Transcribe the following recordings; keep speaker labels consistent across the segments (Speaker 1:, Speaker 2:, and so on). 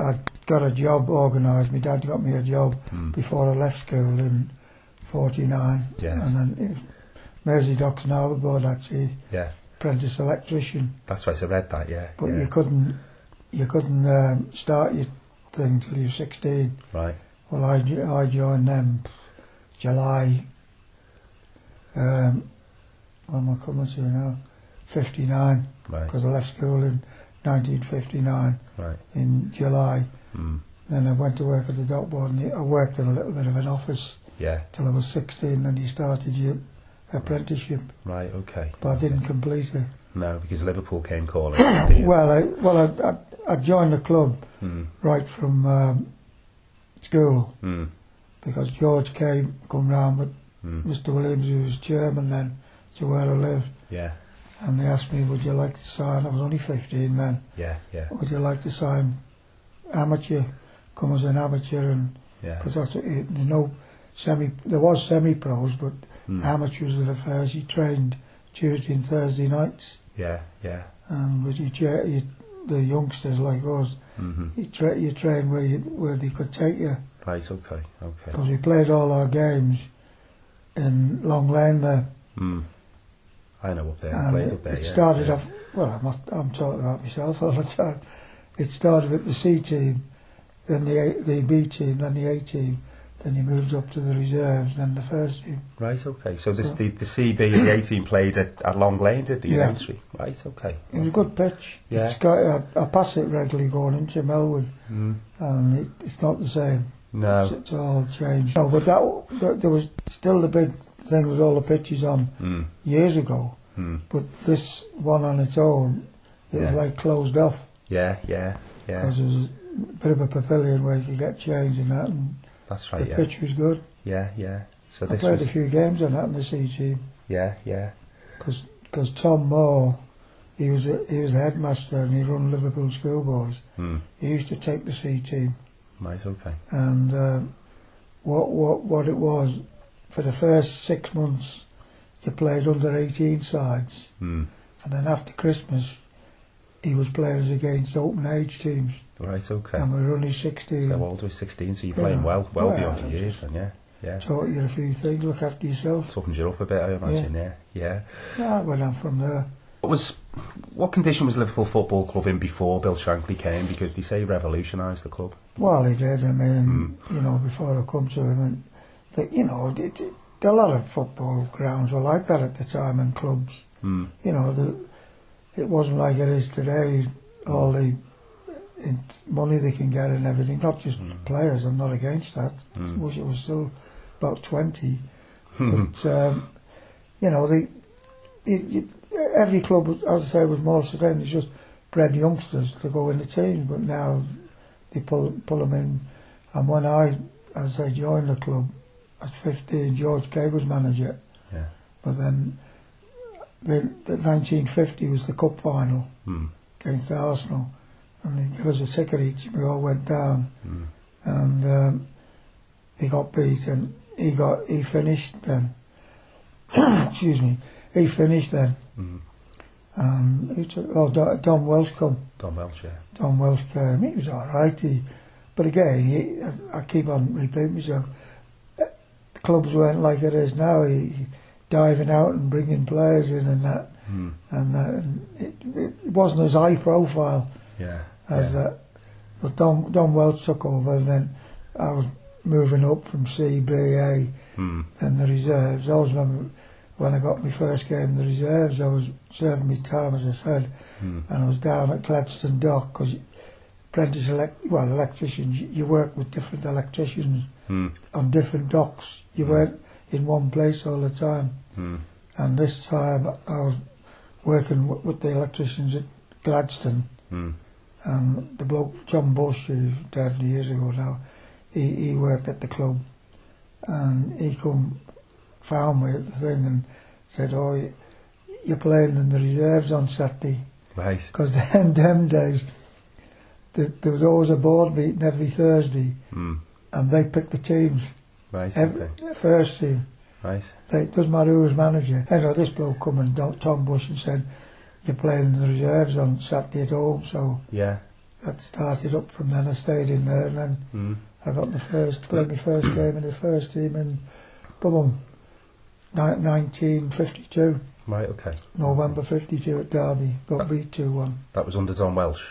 Speaker 1: I got a job organised. My dad got me a job before I left school in '49,
Speaker 2: Yeah.
Speaker 1: and then it was Mersey Docks and Harbour Board actually
Speaker 2: Yeah,
Speaker 1: apprentice electrician,
Speaker 2: that's right. I read that. Yeah,
Speaker 1: but
Speaker 2: yeah.
Speaker 1: you couldn't you couldn't um, start your thing till you were 16.
Speaker 2: right.
Speaker 1: Well, I, jo- I joined them July. Um, what am I coming to now? 59,
Speaker 2: Right,
Speaker 1: because I left school in 1959
Speaker 2: right.
Speaker 1: in July.
Speaker 2: Mm.
Speaker 1: Then I went to work at the dock board and I worked in a little bit of an office
Speaker 2: Yeah,
Speaker 1: till I was 16 and you started your apprenticeship,
Speaker 2: right. Okay.
Speaker 1: but I didn't complete it.
Speaker 2: No, because Liverpool came calling. didn't you?
Speaker 1: Well, I, well, I, I, I joined the club
Speaker 2: mm.
Speaker 1: right from um, school
Speaker 2: Mm.
Speaker 1: because George came come round with
Speaker 2: Mm.
Speaker 1: Mr. Williams, who was chairman then, to where I lived,
Speaker 2: Yeah,
Speaker 1: and they asked me, Would you like to sign? I was only 15 then.
Speaker 2: yeah, yeah,
Speaker 1: Would you like to sign amateur? Come as an amateur, and
Speaker 2: yeah.
Speaker 1: because that's what you there's no semi, there was semi pros, but
Speaker 2: Mm.
Speaker 1: amateurs were the first. He trained Tuesday and Thursday nights,
Speaker 2: Yeah, yeah.
Speaker 1: and with you, cha- you the youngsters like us,
Speaker 2: Mm-hmm.
Speaker 1: you, tra- you trained where, you, where they could take you.
Speaker 2: Right. Okay. Okay.
Speaker 1: Because we played all our games in Long Lane there.
Speaker 2: Mm. I know up there. I
Speaker 1: And
Speaker 2: played
Speaker 1: it,
Speaker 2: up there.
Speaker 1: it
Speaker 2: yeah,
Speaker 1: started
Speaker 2: yeah.
Speaker 1: off, well, I'm, not, I'm talking about myself all the time. It started with the C team, then the, A, the B team, then the A team, then he moved up to the reserves, then the first team.
Speaker 2: Right, okay. So this
Speaker 1: So-
Speaker 2: the, the CB and the 18 played at, at Long Lane, did they? in
Speaker 1: Yeah.
Speaker 2: Aintree? Right, okay.
Speaker 1: It was a good pitch.
Speaker 2: Yeah.
Speaker 1: It's got, I, I pass it regularly going into Melwood,
Speaker 2: Mm.
Speaker 1: and it, it's not the same. It's,
Speaker 2: No.
Speaker 1: it's all changed. No, but that, that there was still the big thing with all the pitches on
Speaker 2: Mm.
Speaker 1: years ago,
Speaker 2: Mm.
Speaker 1: but this one on its own, it
Speaker 2: Yeah.
Speaker 1: was like closed off.
Speaker 2: Yeah, yeah, yeah.
Speaker 1: because there was a bit of a pavilion where you could get changed and that, and
Speaker 2: That's
Speaker 1: the
Speaker 2: right, Oh, yeah.
Speaker 1: pitch was good.
Speaker 2: Yeah, yeah. So
Speaker 1: I
Speaker 2: this
Speaker 1: played
Speaker 2: was,
Speaker 1: a few games on that in the C team
Speaker 2: yeah, yeah.
Speaker 1: because Tom Moore, he was a, he was the headmaster and he run Liverpool schoolboys.
Speaker 2: Mm.
Speaker 1: He used to take the C team
Speaker 2: Right, okay.
Speaker 1: and um, what what what it was for the first six months, you played under 18 sides,
Speaker 2: Mm.
Speaker 1: and then after Christmas, he was playing us against open age teams,
Speaker 2: Right, okay.
Speaker 1: and we were only 16.
Speaker 2: So uh, old was 16, so you're
Speaker 1: Yeah.
Speaker 2: playing well, well
Speaker 1: Well,
Speaker 2: beyond your
Speaker 1: it's
Speaker 2: years then, yeah. Yeah.
Speaker 1: Taught you a few things, look after yourself.
Speaker 2: Toughens you up a bit, I imagine, yeah. Yeah.
Speaker 1: Yeah, I went on from there.
Speaker 2: What was, what condition was Liverpool Football Club in before Bill Shankly came? Because they say he revolutionised the club.
Speaker 1: Well, he did. I mean, you know, before I come to him, and the, you know, it, it, a lot of football grounds were like that at the time in clubs.
Speaker 2: Mm.
Speaker 1: You know, the, it wasn't like it is today. All the in, money they can get and everything, not just
Speaker 2: Hmm.
Speaker 1: players. I'm not against that. I wish it was still about twenty,
Speaker 2: Hmm.
Speaker 1: but um, you know, the it, you every club, was, as I say, was more sustained. It's just bred youngsters to go in the teams, but now they pull pull them in. And when I, as I say, joined the club at 15, George Kay was manager.
Speaker 2: Yeah.
Speaker 1: But then the, the 1950 was the cup final
Speaker 2: Mm.
Speaker 1: against Arsenal, and they gave us a ticket each. and We all went down,
Speaker 2: Mm.
Speaker 1: and um, he got beat, and he got he finished then. Excuse me, he finished then.
Speaker 2: Mm.
Speaker 1: And who took, oh, Don, Don Welsh come.
Speaker 2: Don Welch, yeah.
Speaker 1: Don Welsh came. He was all right. He, but again, he, I- I keep on repeating myself. uh, The clubs weren't like it is now. He, he diving out and bringing players in and that,
Speaker 2: Mm.
Speaker 1: and, that, and it, it wasn't as high profile
Speaker 2: Yeah.
Speaker 1: as
Speaker 2: yeah.
Speaker 1: that. But Don Don Welsh took over, and then I was moving up from CBA,
Speaker 2: Mm.
Speaker 1: then the reserves. I always remember when I got my first game in the reserves. I was serving my time, as I said.
Speaker 2: Mm.
Speaker 1: and I was down at Gladstone Dock because apprentice elect well electricians you- you work with different electricians
Speaker 2: Mm.
Speaker 1: on different docks you
Speaker 2: Mm.
Speaker 1: weren't in one place all the time
Speaker 2: Mm.
Speaker 1: and this time I was working w- with the electricians at Gladstone
Speaker 2: Mm.
Speaker 1: and the bloke John Bush who died years ago now he, he worked at the club and he come found me at the thing and said oh y- you're playing in the reserves on Saturday
Speaker 2: Right.
Speaker 1: Because then, them days, th there was always a board meeting every Thursday,
Speaker 2: Mm.
Speaker 1: and they picked the teams.
Speaker 2: Right.
Speaker 1: Every,
Speaker 2: okay.
Speaker 1: First team.
Speaker 2: Right.
Speaker 1: They, it doesn't matter who was manager. Anyway, this bloke come and Don- Tom Bush and said, "You're playing in the reserves on Saturday at home, so
Speaker 2: Yeah.
Speaker 1: that started up from then. I stayed in there and then
Speaker 2: Mm.
Speaker 1: I got the first, played my first game in the first team in boom, ni- 1952,
Speaker 2: Right, okay.
Speaker 1: November 52 at Derby.
Speaker 2: Oh.
Speaker 1: Got beat 2 1.
Speaker 2: That was under Don Welsh.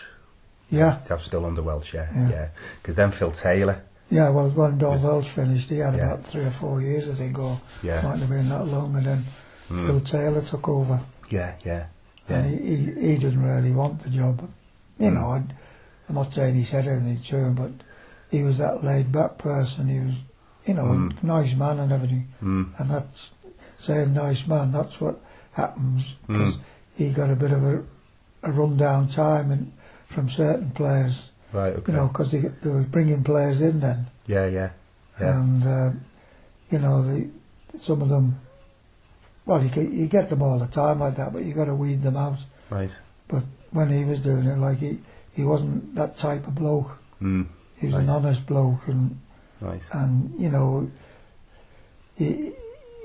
Speaker 1: Yeah,
Speaker 2: That was still under Welsh, yeah.
Speaker 1: Yeah.
Speaker 2: Yeah. Because then Phil Taylor.
Speaker 1: yeah, well, when Don
Speaker 2: Was-
Speaker 1: Welsh finished, he had
Speaker 2: Yeah.
Speaker 1: about three or four years, I think, or
Speaker 2: Yeah.
Speaker 1: mightn't have been that long, and then
Speaker 2: Mm.
Speaker 1: Phil Taylor took over.
Speaker 2: Yeah, yeah.
Speaker 1: And
Speaker 2: Yeah. Mm.
Speaker 1: he, he, he didn't really want the job. You know, I'd, I'm not saying he said anything to him, but he was that laid back person. He was, you know,
Speaker 2: Mm.
Speaker 1: a nice man and everything.
Speaker 2: Mm.
Speaker 1: And that's, saying nice man, that's what happens. Because
Speaker 2: Mm.
Speaker 1: he got a bit of a, a rundown time and, from certain players,
Speaker 2: Right, okay.
Speaker 1: you know, because they, they were bringing players in then.
Speaker 2: Yeah, yeah. Yeah.
Speaker 1: And, uh, you know, the, some of them, well, you, get- you get them all the time like that, but you got to weed them out.
Speaker 2: Right.
Speaker 1: But when he was doing it, like he, he wasn't that type of bloke.
Speaker 2: Mm.
Speaker 1: He was an
Speaker 2: Right.
Speaker 1: honest bloke, and
Speaker 2: Right.
Speaker 1: and you know, he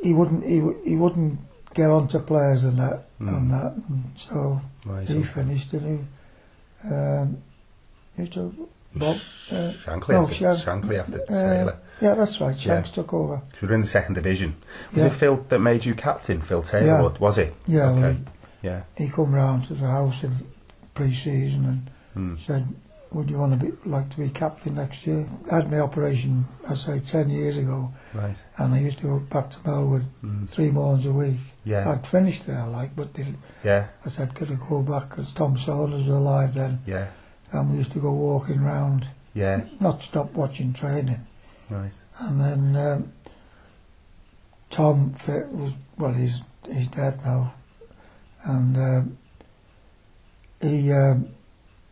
Speaker 1: he wouldn't he, wou- he wouldn't get on to players and that
Speaker 2: Mm.
Speaker 1: and that. And so
Speaker 2: Right.
Speaker 1: he
Speaker 2: okay.
Speaker 1: finished and he um, he took Bob. Uh,
Speaker 2: Shankly,
Speaker 1: no,
Speaker 2: after,
Speaker 1: Shan-
Speaker 2: Shankly after
Speaker 1: uh,
Speaker 2: Taylor.
Speaker 1: yeah, that's right. Shanks took over.
Speaker 2: 'Cause we were in the second division. Was
Speaker 1: Yeah.
Speaker 2: it Phil that made you captain, Phil Taylor?
Speaker 1: Yeah.
Speaker 2: Or was it?
Speaker 1: Yeah, well,
Speaker 2: Okay. Yeah.
Speaker 1: he, he come round to the house in pre-season and
Speaker 2: Mm.
Speaker 1: said, "Would you want to be like to be captain next year?" I had my operation, I say, ten years ago,
Speaker 2: Right.
Speaker 1: and I used to go back to Melwood
Speaker 2: Mm.
Speaker 1: three mornings a week.
Speaker 2: Yeah.
Speaker 1: I'd finished there, like, but they,
Speaker 2: yeah.
Speaker 1: I said, "Could I go back?" Because Tom Saunders was alive then,
Speaker 2: Yeah.
Speaker 1: and we used to go walking round,
Speaker 2: Yeah.
Speaker 1: not stop watching training.
Speaker 2: Right.
Speaker 1: And then um, Tom fit was well, he's he's dead now, and um, he um,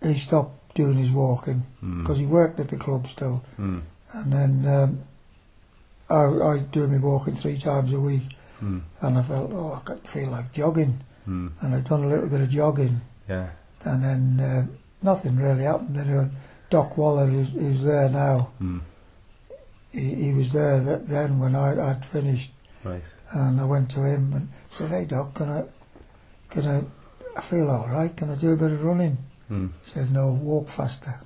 Speaker 1: he stopped doing his walking.
Speaker 2: Mm.
Speaker 1: because he worked at the club still.
Speaker 2: Mm.
Speaker 1: And then um, I, I do my walking three times a week,
Speaker 2: Mm.
Speaker 1: and I felt, oh, I could feel like jogging.
Speaker 2: Mm.
Speaker 1: And I'd done a little bit of jogging,
Speaker 2: Yeah.
Speaker 1: and then uh, nothing really happened. And uh, Doc Waller, who's, who's there now,
Speaker 2: Mm.
Speaker 1: he, he was there that, then when I, I'd finished,
Speaker 2: Right.
Speaker 1: and I went to him and said, hey, Doc, can I, can I, I feel all right, can I do a bit of running?
Speaker 2: Mm.
Speaker 1: He says, no, walk faster.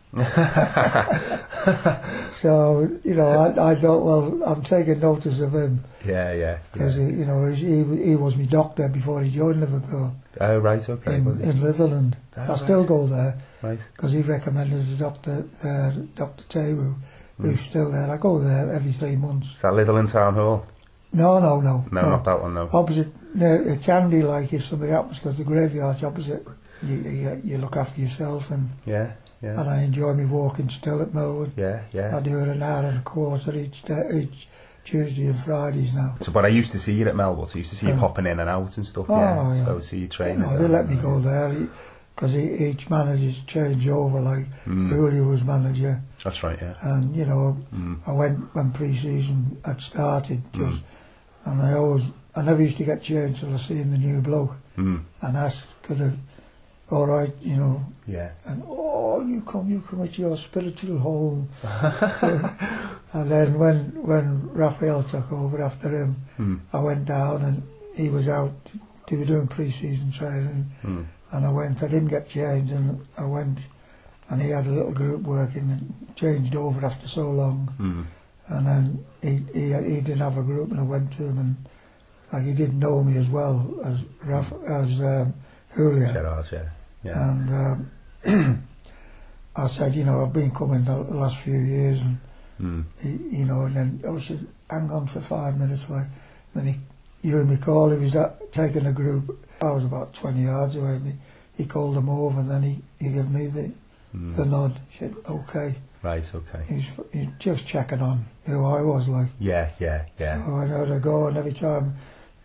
Speaker 1: so, you know, I, I thought, well, I'm taking notice of him
Speaker 2: Yeah. Yeah.
Speaker 1: because,
Speaker 2: yeah.
Speaker 1: you know, he, he, he was my doctor before he joined Liverpool
Speaker 2: Oh, right. Okay.
Speaker 1: in,
Speaker 2: well,
Speaker 1: in Litherland.
Speaker 2: Oh,
Speaker 1: I
Speaker 2: right.
Speaker 1: still go there
Speaker 2: Right.
Speaker 1: because he recommended the doctor, uh, Dr. Tewu, who's
Speaker 2: Mm.
Speaker 1: still there. I go there every three months.
Speaker 2: Is that Litherland Town Hall?
Speaker 1: No, no, no.
Speaker 2: No, not that one,
Speaker 1: Oh.
Speaker 2: no.
Speaker 1: Opposite, no, it's handy like if something happens because the graveyard's opposite. You, you, you look after yourself and,
Speaker 2: Yeah. Yeah.
Speaker 1: and I enjoy me walking still at Melwood.
Speaker 2: Yeah.
Speaker 1: I
Speaker 2: Yeah.
Speaker 1: do it an hour and a quarter each day, each Tuesday and Fridays now.
Speaker 2: So, but I used to see you at Melwood. I used to see you
Speaker 1: Yeah.
Speaker 2: popping in and out and stuff.
Speaker 1: Oh,
Speaker 2: yeah.
Speaker 1: yeah.
Speaker 2: So, see you
Speaker 1: You
Speaker 2: training.
Speaker 1: know, they let me go there because each manager's change over. Like
Speaker 2: Mm.
Speaker 1: Hooley was manager,
Speaker 2: That's right. Yeah.
Speaker 1: and you know,
Speaker 2: Mm.
Speaker 1: I went when pre-season had started, just
Speaker 2: Mm.
Speaker 1: and I always, I never used to get changed till I seen the new bloke
Speaker 2: Mm.
Speaker 1: and asked, could I, all right, you know,
Speaker 2: Yeah.
Speaker 1: and oh, you come, you come to your spiritual home. and then when when Raphael took over after him.
Speaker 2: Mm.
Speaker 1: I went down and he was out. They were doing pre-season training,
Speaker 2: Mm.
Speaker 1: and I went. I didn't get changed, and I went, and he had a little group working and changed over after so long.
Speaker 2: Mm.
Speaker 1: And then he he, he didn't have a group, and I went to him, and like he didn't know me as well as Raf, as um, Julia.
Speaker 2: Gerard, yeah. Yeah.
Speaker 1: And um, I said, you know, I've been coming the the last few years, and
Speaker 2: Mm.
Speaker 1: he, you know, and then I said, hang on for five minutes, like, then he, you and me call, he was at, taking a group, I was about 20 yards away, and he, he called them over, and then he, he gave me the, the
Speaker 2: Mm.
Speaker 1: nod, he said, okay,
Speaker 2: Right, okay.
Speaker 1: he's, he's just checking on who I was, like,
Speaker 2: Yeah, yeah, yeah.
Speaker 1: oh, I know to go, and every time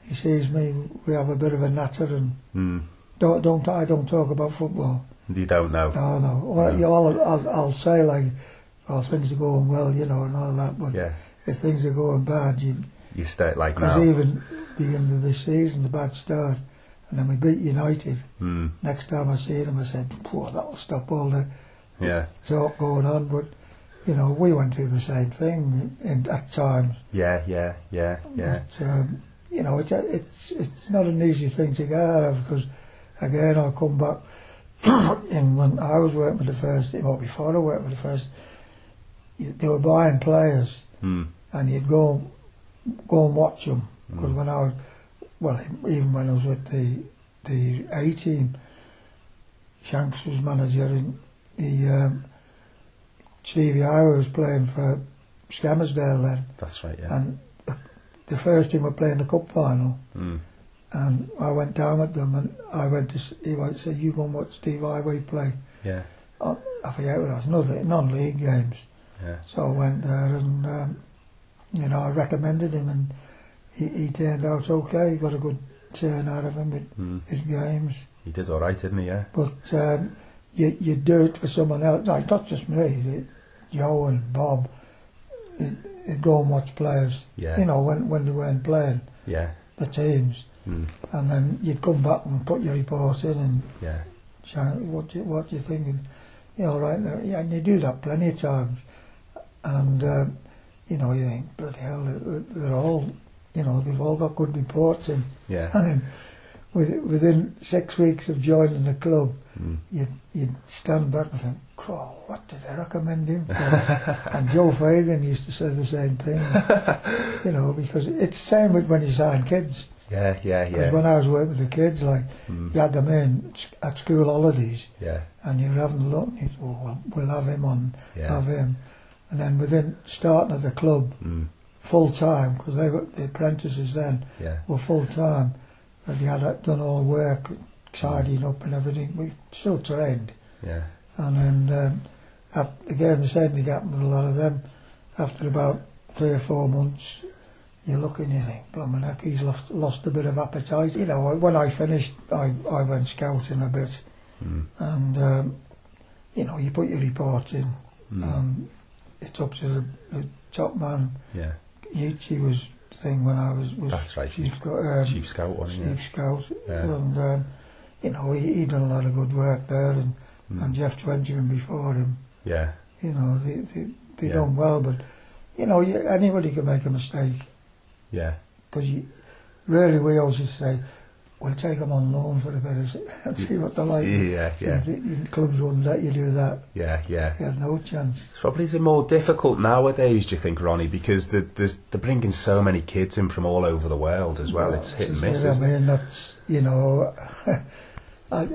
Speaker 1: he sees me, we have a bit of a natter, and
Speaker 2: Mm.
Speaker 1: don't, don't, I don't talk about football,
Speaker 2: You don't know.
Speaker 1: no, no, or,
Speaker 2: No.
Speaker 1: you know, I'll, I'll, I'll say, like, oh, things are going well, you know, and all that, but
Speaker 2: Yeah.
Speaker 1: if things are going bad, you,
Speaker 2: You stay like
Speaker 1: Because
Speaker 2: now.
Speaker 1: even beginning of this season, the bad start, and then we beat United.
Speaker 2: Mm.
Speaker 1: Next time I see them, I said, "Poor, that'll stop all the
Speaker 2: Yeah.
Speaker 1: talk going on." But you know, we went through the same thing in, at times.
Speaker 2: Yeah, yeah, yeah, yeah.
Speaker 1: But, um, you know, it's a, it's it's not an easy thing to get out of because again, I'll come back in when I was working with the first team, or before I worked with the first, you- they were buying players,
Speaker 2: Mm.
Speaker 1: and you'd go go and watch them. Because when I was, well, even when I was with the the A team, Shanks was manager, and he um, Stevie Iowa was playing for Scammerdale then,
Speaker 2: That's right, yeah.
Speaker 1: and the- the first team were playing the cup final.
Speaker 2: Mm.
Speaker 1: And I went down with them, and I went to s- he went said, "You go and watch Steve Highway play."
Speaker 2: Yeah,
Speaker 1: I I forget what it was, nothing, non-league games.
Speaker 2: yeah.
Speaker 1: So I went there, and um, you know, I recommended him, and he, he turned out okay. He got a good turn out of him with
Speaker 2: Mm.
Speaker 1: his games.
Speaker 2: He did all right, didn't he? Yeah.
Speaker 1: But um, you you do it for someone else, like not just me, it, Joe and Bob. It, it go and watch players.
Speaker 2: Yeah.
Speaker 1: You know, when when they weren't playing
Speaker 2: Yeah.
Speaker 1: the teams.
Speaker 2: Mm.
Speaker 1: And then you'd come back and put your report in and
Speaker 2: Yeah.
Speaker 1: say, what do you, what do you think? And, you know, right now, yeah, and you do that plenty of times. And, uh, you know, you think, bloody hell, they're, they're all, you know, they've all got good reports. And,
Speaker 2: Yeah.
Speaker 1: and then with- within six weeks of joining the club,
Speaker 2: Mm.
Speaker 1: you'd, you'd stand back and think, God, what did they recommend him for? and Joe Fagan used to say the same thing, you know, because it's the same with when you sign kids.
Speaker 2: Yeah. Yeah.
Speaker 1: Because
Speaker 2: Yeah.
Speaker 1: when I was working with the kids, like,
Speaker 2: Mm.
Speaker 1: you had them in s- at school holidays,
Speaker 2: Yeah.
Speaker 1: and you were having a look, and you thought, well, we'll have him on, have
Speaker 2: Yeah.
Speaker 1: him. And then within starting at the club
Speaker 2: Mm.
Speaker 1: full time, because they were the apprentices then
Speaker 2: Yeah.
Speaker 1: were full time, and they had uh, done all work, tidying up and everything. We still trained,
Speaker 2: Yeah.
Speaker 1: and then um, after, again the same thing happened with a lot of them. After about three or four months, you look and you think, "Blimey, heck, he's lost lost a bit of appetite." You know, when I finished, I I went scouting a bit.
Speaker 2: Mm.
Speaker 1: and um, you know you put your report in.
Speaker 2: Mm.
Speaker 1: Um, it's up to the, the top man.
Speaker 2: Yeah.
Speaker 1: Yuchi was thing when I was was
Speaker 2: That's right,
Speaker 1: chief, go- um,
Speaker 2: Chief Scout one.
Speaker 1: chief
Speaker 2: Yeah.
Speaker 1: scout,
Speaker 2: Yeah.
Speaker 1: and um, you know he, he done a lot of good work there, and, and
Speaker 2: Mm.
Speaker 1: Jeff Twentyman before him.
Speaker 2: Yeah.
Speaker 1: You know they they, they
Speaker 2: Yeah.
Speaker 1: done well, but you know you, anybody can make a mistake
Speaker 2: Yeah.
Speaker 1: because you really we always just say we'll take them on loan for a bit and see- and see what they're like.
Speaker 2: Yeah. Yeah.
Speaker 1: The, the clubs wouldn't let you do that.
Speaker 2: Yeah. Yeah.
Speaker 1: He had no chance.
Speaker 2: It's Probably is more difficult nowadays, do you think, Ronnie? Because the, there's, they're bringing so many kids in from all over the world as well. it's hit and
Speaker 1: just-
Speaker 2: miss.
Speaker 1: I
Speaker 2: isn't it?
Speaker 1: mean, that's you know, I, I,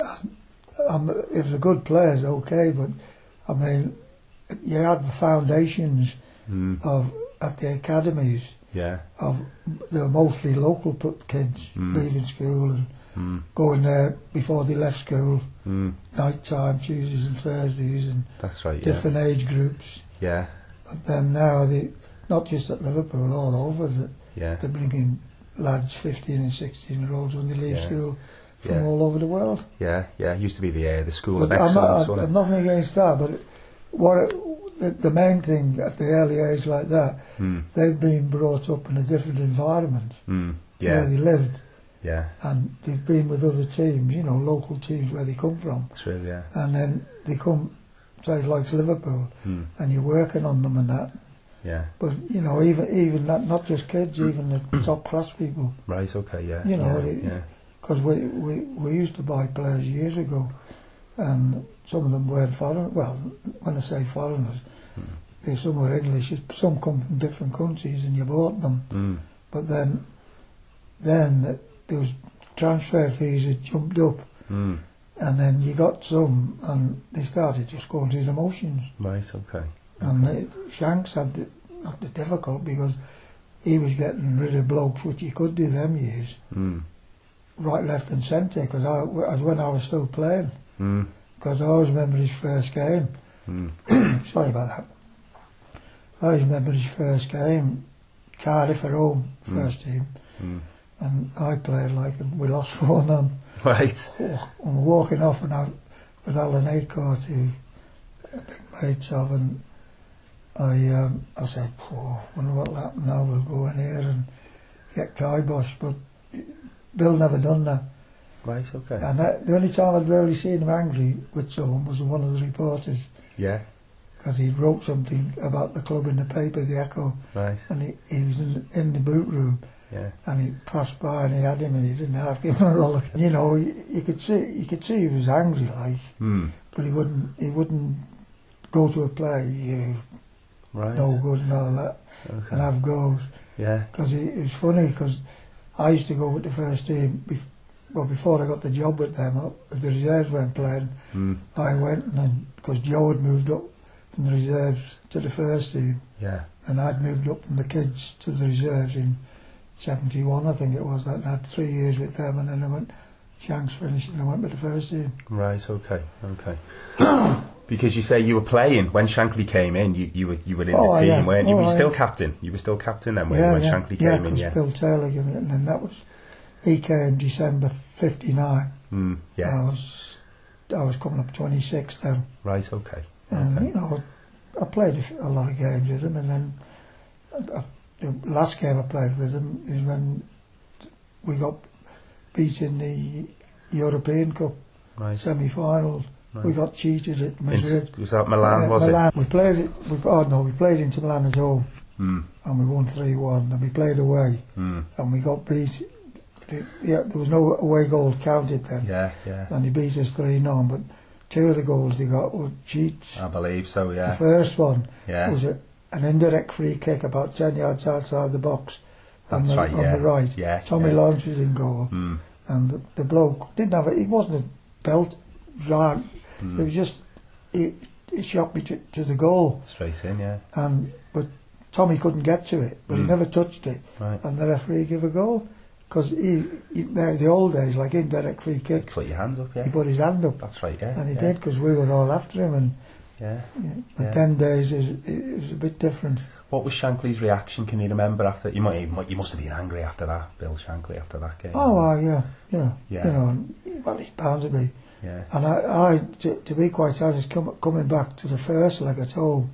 Speaker 1: I'm, if the good players, okay, but I mean, you had the foundations
Speaker 2: Mm,
Speaker 1: of at the academies
Speaker 2: yeah.
Speaker 1: of they were mostly local p- kids
Speaker 2: Mm.
Speaker 1: leaving school and
Speaker 2: Mm,
Speaker 1: going there before they left school,
Speaker 2: mm,
Speaker 1: night time, Tuesdays and Thursdays, and
Speaker 2: that's right. Yeah.
Speaker 1: different age groups.
Speaker 2: Yeah.
Speaker 1: But then now they, not just at Liverpool, all over the
Speaker 2: Yeah.
Speaker 1: They're bringing lads, 15 and 16 year olds, when they leave
Speaker 2: Yeah.
Speaker 1: school from
Speaker 2: Yeah.
Speaker 1: all over the world.
Speaker 2: Yeah. Yeah. Used to be the uh, the school of
Speaker 1: But I'm, not-
Speaker 2: excellence,
Speaker 1: I'm,
Speaker 2: wasn't it?
Speaker 1: nothing against that, but what it, the, the main thing at the early age like that,
Speaker 2: Mm,
Speaker 1: they've been brought up in a different environment
Speaker 2: mm,
Speaker 1: where
Speaker 2: yeah.
Speaker 1: they lived,
Speaker 2: Yeah.
Speaker 1: and they've been with other teams, you know, local teams where they come from,
Speaker 2: True. Yeah.
Speaker 1: and then they come, say, like Liverpool,
Speaker 2: Mm,
Speaker 1: and you're working on them and that.
Speaker 2: yeah.
Speaker 1: But you know, even even that, not just kids, even the top class people.
Speaker 2: Right. Okay. Yeah.
Speaker 1: You know,
Speaker 2: Yeah.
Speaker 1: it-
Speaker 2: yeah.
Speaker 1: because we, we, we used to buy players years ago, and some of them weren't foreign. Well, when I say foreigners, they some were English, some come from different countries, and you bought them.
Speaker 2: Mm,
Speaker 1: But then, then there was transfer fees had jumped up,
Speaker 2: mm,
Speaker 1: and then you got some, and they started just going through the motions.
Speaker 2: right. Okay.
Speaker 1: And it, Shanks had the, not the difficult because he was getting rid of blokes, which he could do them years.
Speaker 2: Mm,
Speaker 1: right, left, and centre because I was when I was still playing.
Speaker 2: mm,
Speaker 1: Because I always remember his first game.
Speaker 2: mm,
Speaker 1: Sorry about that. I always remember his first game, Cardiff at home, first team,
Speaker 2: mm.
Speaker 1: and I played like, and we lost four 0
Speaker 2: Right.
Speaker 1: Oh, I'm walking off, and I with Alan Acourt, who a big mate of, and I um, I said, "Whoa, wonder what'll happen now. We'll go in here and get kiboshed." But Bill never done that.
Speaker 2: Right. Okay.
Speaker 1: And that, the only time I'd really seen him angry with someone was one of the reporters
Speaker 2: Yeah.
Speaker 1: because he wrote something about the club in the paper, the Echo,
Speaker 2: Right.
Speaker 1: and he, he was in, in the boot room
Speaker 2: Yeah.
Speaker 1: and he passed by and he had him and he didn't have him a look. You know, you, you could see you could see he was angry like,
Speaker 2: Mm.
Speaker 1: but he wouldn't he wouldn't go to a play you
Speaker 2: Right.
Speaker 1: no good and all that
Speaker 2: Okay.
Speaker 1: and have goals
Speaker 2: Yeah.
Speaker 1: because it, it was funny because I used to go with the first team. Be- well, before I got the job with them, up the reserves weren't playing.
Speaker 2: Mm.
Speaker 1: I went and because Joe had moved up from the reserves to the first team,
Speaker 2: Yeah.
Speaker 1: and I'd moved up from the kids to the reserves in 71, I think it was, that, and I had three years with them, and then I went, Shanks finished, and I went with the first team.
Speaker 2: Right. Okay. Okay. because you say you were playing when Shankly came in. You, you were you were in
Speaker 1: Oh,
Speaker 2: the
Speaker 1: I
Speaker 2: team,
Speaker 1: am.
Speaker 2: weren't you?
Speaker 1: Oh,
Speaker 2: were you
Speaker 1: I
Speaker 2: still
Speaker 1: am.
Speaker 2: captain. You were still captain then when,
Speaker 1: yeah,
Speaker 2: when
Speaker 1: yeah,
Speaker 2: Shankly
Speaker 1: yeah,
Speaker 2: came in.
Speaker 1: 'cause
Speaker 2: Yeah.
Speaker 1: Bill Taylor gave it, and then that was, he came December 59,
Speaker 2: Mm. Yeah.
Speaker 1: I was, I was coming up 26 then,
Speaker 2: Right. Okay.
Speaker 1: and,
Speaker 2: Okay.
Speaker 1: you know, I played a, f- a lot of games with him, and then I, I, the last game I played with him is when we got beat in the European Cup
Speaker 2: Right.
Speaker 1: semi-final.
Speaker 2: right.
Speaker 1: We got cheated at
Speaker 2: In-
Speaker 1: Madrid.
Speaker 2: was that Milan?
Speaker 1: Uh,
Speaker 2: was
Speaker 1: Milan. We played it. We, oh no, we played into Milan at home
Speaker 2: it? Mm.
Speaker 1: and we won three one. And we played away
Speaker 2: Mm.
Speaker 1: and we got beat. The- Yeah, there was no away goal counted then,
Speaker 2: Yeah. Yeah.
Speaker 1: and he beat us three 0 But two of the goals they got were cheats.
Speaker 2: I believe so.
Speaker 1: The
Speaker 2: Oh, Yeah.
Speaker 1: first one
Speaker 2: Yeah.
Speaker 1: was a, an indirect free kick about ten yards outside the box on
Speaker 2: That's
Speaker 1: the,
Speaker 2: right.
Speaker 1: on
Speaker 2: Yeah.
Speaker 1: the right.
Speaker 2: Yeah.
Speaker 1: Tommy
Speaker 2: yeah.
Speaker 1: Lawrence was in goal,
Speaker 2: Mm.
Speaker 1: and the, the bloke didn't have it. He wasn't a belt right It
Speaker 2: Mm.
Speaker 1: was just it, it shot me to, to the goal,
Speaker 2: Straight in. Yeah.
Speaker 1: and but Tommy couldn't get to it, but he
Speaker 2: Mm.
Speaker 1: never touched it,
Speaker 2: Right.
Speaker 1: and the referee gave a goal because he, he now the old days like indirect free kick,
Speaker 2: Put your hands up.
Speaker 1: he
Speaker 2: Yeah.
Speaker 1: put his hand up,
Speaker 2: That's right. Yeah.
Speaker 1: and he
Speaker 2: yeah.
Speaker 1: did because we were all after him, and
Speaker 2: Yeah.
Speaker 1: yeah, but
Speaker 2: Yeah.
Speaker 1: then days is it was a bit different.
Speaker 2: What was Shankly's reaction? Can you remember after? You might, you might- you must have been angry after that, Bill Shankly, after that game.
Speaker 1: Oh, uh, yeah, yeah,
Speaker 2: Yeah.
Speaker 1: you know, and, well, he's bound to be.
Speaker 2: yeah,
Speaker 1: And I, I to, to be quite honest, com- coming back to the first leg at home,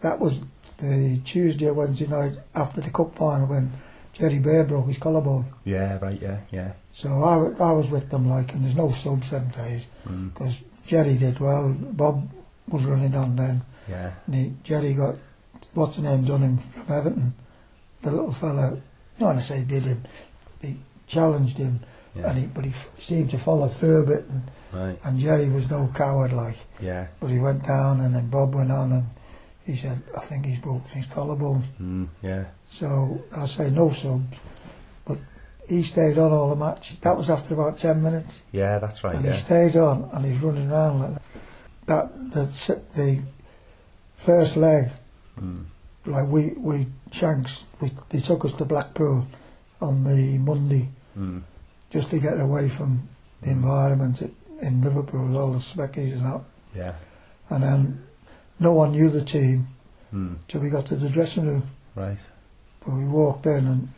Speaker 1: that was the Tuesday or Wednesday night after the cup final when Jerry Bear broke his collarbone.
Speaker 2: yeah, right, yeah, yeah.
Speaker 1: So I, wa- I was with them like, and there's no sub them days
Speaker 2: Mm,
Speaker 1: because Jerry did well. Bob was running on then.
Speaker 2: yeah,
Speaker 1: And he, Jerry got what's the name done him from Everton, the little fella. Not to say did him, he challenged him,
Speaker 2: yeah,
Speaker 1: and he, but he f- seemed to follow through a bit. And,
Speaker 2: right,
Speaker 1: and Jerry was no coward like.
Speaker 2: yeah,
Speaker 1: But he went down and then Bob went on and he said, I think he's broken his collarbone.
Speaker 2: mm, yeah,
Speaker 1: So I say no subs. But he stayed on all the match. That was after about 10 minutes.
Speaker 2: yeah, that's right,
Speaker 1: and he
Speaker 2: yeah,
Speaker 1: stayed on and he's running around like that. That, the, s- the first leg,
Speaker 2: mm,
Speaker 1: like we, we Shanks, we, they took us to Blackpool on the Monday
Speaker 2: mm,
Speaker 1: just to get away from the environment at- in Liverpool, all the speckies and that.
Speaker 2: yeah,
Speaker 1: And then no one knew the team.
Speaker 2: mm,
Speaker 1: till we got to the dressing room.
Speaker 2: right,
Speaker 1: But we walked in and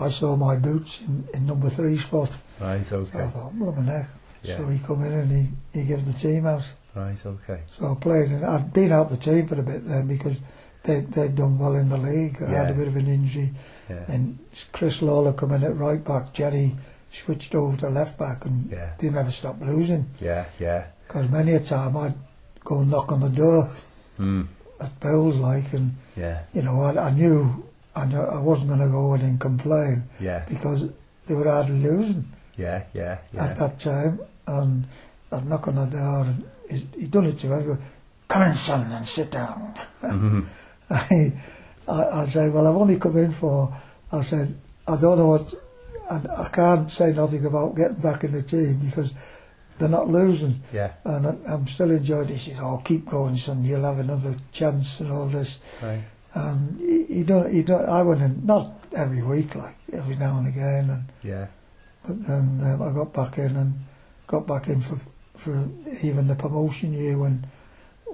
Speaker 1: I saw my boots in, in number three spot.
Speaker 2: right,
Speaker 1: So I
Speaker 2: okay,
Speaker 1: thought, blooming heck. So
Speaker 2: yeah,
Speaker 1: he come in and he, he gave the team out.
Speaker 2: right, okay,
Speaker 1: So I played and I'd been out the team for a bit then because they, they'd done well in the league. I had
Speaker 2: Yeah.
Speaker 1: a bit of an injury.
Speaker 2: yeah,
Speaker 1: And Chris Lawler come in at right back. Jerry switched over to left back and
Speaker 2: Yeah.
Speaker 1: they never stopped losing.
Speaker 2: yeah, yeah,
Speaker 1: Because many a time I'd go and knock on the door
Speaker 2: mm,
Speaker 1: at Bill's like and,
Speaker 2: yeah,
Speaker 1: you know, I, I knew I, knew I wasn't going to go in and complain.
Speaker 2: yeah,
Speaker 1: because they were hardly losing
Speaker 2: yeah, yeah,
Speaker 1: at
Speaker 2: yeah,
Speaker 1: that time. And I'd knock on the door, and he's, he'd done it to everyone. Come in, son, and sit down.
Speaker 2: mhm,
Speaker 1: I, I, I said, well, I've only come in for. I said, I don't know what, and I can't say nothing about getting back in the team because they're not losing,
Speaker 2: yeah,
Speaker 1: and I, I'm still enjoying. it." He says, oh, keep going, son. You'll have another chance and all this.
Speaker 2: right,
Speaker 1: And he, he don't, he don't. I went in not every week, like every now and again, and.
Speaker 2: yeah,
Speaker 1: But then um, I got back in and got back in for for even the promotion year when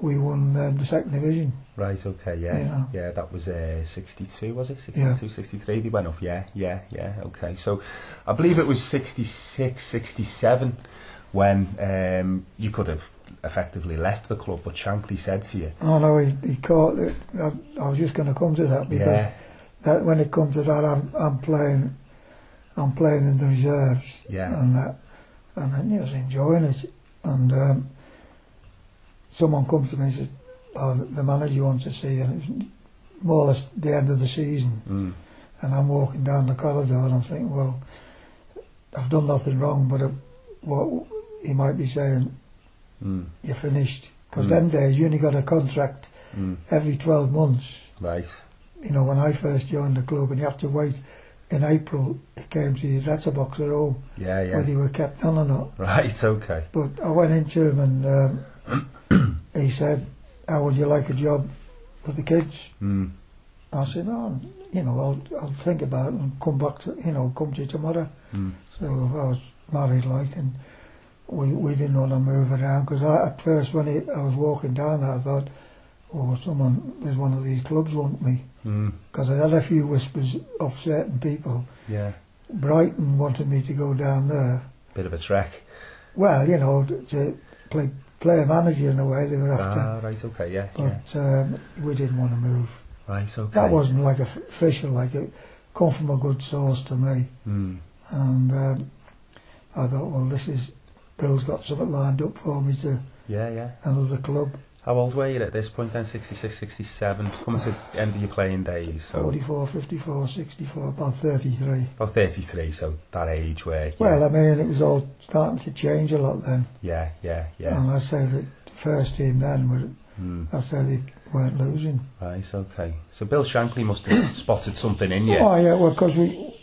Speaker 1: we won um, the second division.
Speaker 2: right, okay, yeah,
Speaker 1: Yeah.
Speaker 2: yeah, that was uh, 62, was it,
Speaker 1: Yeah.
Speaker 2: 62, 63, they went up, yeah, yeah, yeah, okay, so I believe it was 66, 67 when um, you could have effectively left the club, but Shankly said to you,
Speaker 1: Oh no, he, he caught it. I, I was just going to come to that because
Speaker 2: yeah,
Speaker 1: that when it comes to that, I'm, I'm playing, I'm playing in the reserves
Speaker 2: Yeah.
Speaker 1: and that, and then he was enjoying it. And um, someone comes to me and says, "Oh, the the manager wants to see," you," and it was more or less the end of the season.
Speaker 2: mm,
Speaker 1: And I'm walking down the corridor and I'm thinking, well, I've done nothing wrong, but it, what he might be saying,
Speaker 2: Mm.
Speaker 1: you're finished. Because
Speaker 2: Mm.
Speaker 1: them days, you only got a contract
Speaker 2: Mm.
Speaker 1: every 12 months.
Speaker 2: Right.
Speaker 1: You know, when I first joined the club and you have to wait in April, it came to your letterbox at home,
Speaker 2: Yeah, yeah.
Speaker 1: whether you were kept on or not.
Speaker 2: Right, okay.
Speaker 1: But I went into him and um, he said, how would you like a job with the kids?
Speaker 2: Mm.
Speaker 1: I said, oh, you know, I'll, I'll think about it and come back to, you know, come to you tomorrow.
Speaker 2: Mm.
Speaker 1: So I was married like and we, we didn't want to move around because I, at first when he, I was walking down I thought, oh, someone, there's one of these clubs want me.
Speaker 2: Mm.
Speaker 1: Because I had a few whispers of certain people.
Speaker 2: Yeah.
Speaker 1: Brighton wanted me to go down there.
Speaker 2: Bit of a trek.
Speaker 1: Well, you know, to- to play player manager in a way they were after.
Speaker 2: Ah, right, okay, yeah, yeah.
Speaker 1: But um, we didn't want to move.
Speaker 2: Right, okay.
Speaker 1: That wasn't like official, like it come from a good source to me.
Speaker 2: Mm.
Speaker 1: And um, I thought, well, this is Bill's got something lined up for me to
Speaker 2: Yeah, yeah.
Speaker 1: another club.
Speaker 2: How old were you at this point then? 66, 67? Coming to the end of your playing days. So
Speaker 1: 44, 54, 64, about 33.
Speaker 2: About 33, so that age where... Yeah,
Speaker 1: Well, I mean, it was all starting to change a lot then.
Speaker 2: yeah, yeah, yeah.
Speaker 1: And I say that the first team then, were,
Speaker 2: Mm.
Speaker 1: I say they weren't losing.
Speaker 2: Right, okay. So Bill Shankly must have spotted something in you.
Speaker 1: Oh, yeah, well, because we,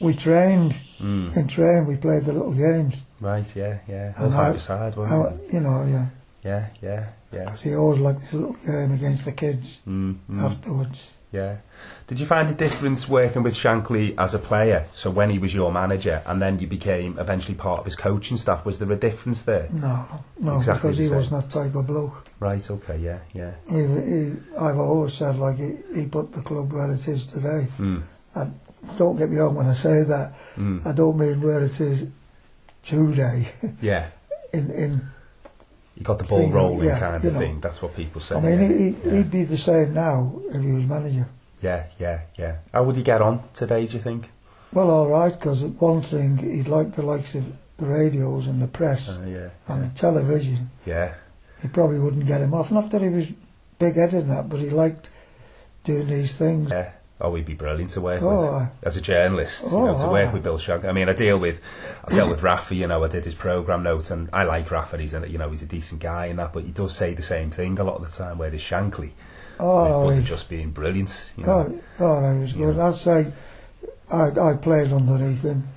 Speaker 1: we trained.
Speaker 2: Mm.
Speaker 1: In train, we played the little games.
Speaker 2: Right, yeah, yeah.
Speaker 1: And
Speaker 2: All
Speaker 1: I-
Speaker 2: five aside,
Speaker 1: How-
Speaker 2: wasn't it?
Speaker 1: you know, yeah.
Speaker 2: Yeah, yeah, yeah.
Speaker 1: 'Cause he always liked this little game against the kids
Speaker 2: Mm, mm,
Speaker 1: afterwards.
Speaker 2: yeah. Did you find a difference working with Shankly as a player? So when he was your manager, and then you became eventually part of his coaching staff, was there a difference there?
Speaker 1: No, no,
Speaker 2: Exactly
Speaker 1: because
Speaker 2: the
Speaker 1: he
Speaker 2: same.
Speaker 1: wasn't that type of bloke.
Speaker 2: Right, okay, yeah, yeah.
Speaker 1: He, he, I've always said, like, he, he put the club where it is today.
Speaker 2: Mm,
Speaker 1: Don't get me wrong when I say that.
Speaker 2: mm,
Speaker 1: I don't mean where it is today.
Speaker 2: yeah.
Speaker 1: in, in,
Speaker 2: You got the ball
Speaker 1: Thing,
Speaker 2: rolling
Speaker 1: yeah,
Speaker 2: kind
Speaker 1: you
Speaker 2: of
Speaker 1: know.
Speaker 2: thing. That's what people say.
Speaker 1: I mean, he, he,
Speaker 2: yeah.
Speaker 1: he'd be the same now if he was manager.
Speaker 2: yeah, yeah, yeah. How would he get on today, do you think?
Speaker 1: Well, all right, because one thing, he'd like the likes of the radios and the press
Speaker 2: Uh, yeah,
Speaker 1: and
Speaker 2: yeah,
Speaker 1: the television.
Speaker 2: yeah.
Speaker 1: he probably wouldn't get him off. Not that he was big headed and that, but he liked doing these things.
Speaker 2: yeah. Oh, he'd be brilliant to work with.
Speaker 1: Oh,
Speaker 2: as a journalist, you know,
Speaker 1: Oh,
Speaker 2: to work
Speaker 1: aye.
Speaker 2: with Bill Shankly. I mean, I deal with, I dealt with Rafa, you know, I did his program notes, and I like Rafa. He's a, you know, he's a decent guy and that, but he does say the same thing a lot of the time. Where there's Shankly,
Speaker 1: oh,
Speaker 2: with
Speaker 1: no,
Speaker 2: Butter
Speaker 1: he,
Speaker 2: just being brilliant, you know.
Speaker 1: oh, oh, no, he was good.
Speaker 2: Yeah.
Speaker 1: I'd say I, I played underneath him,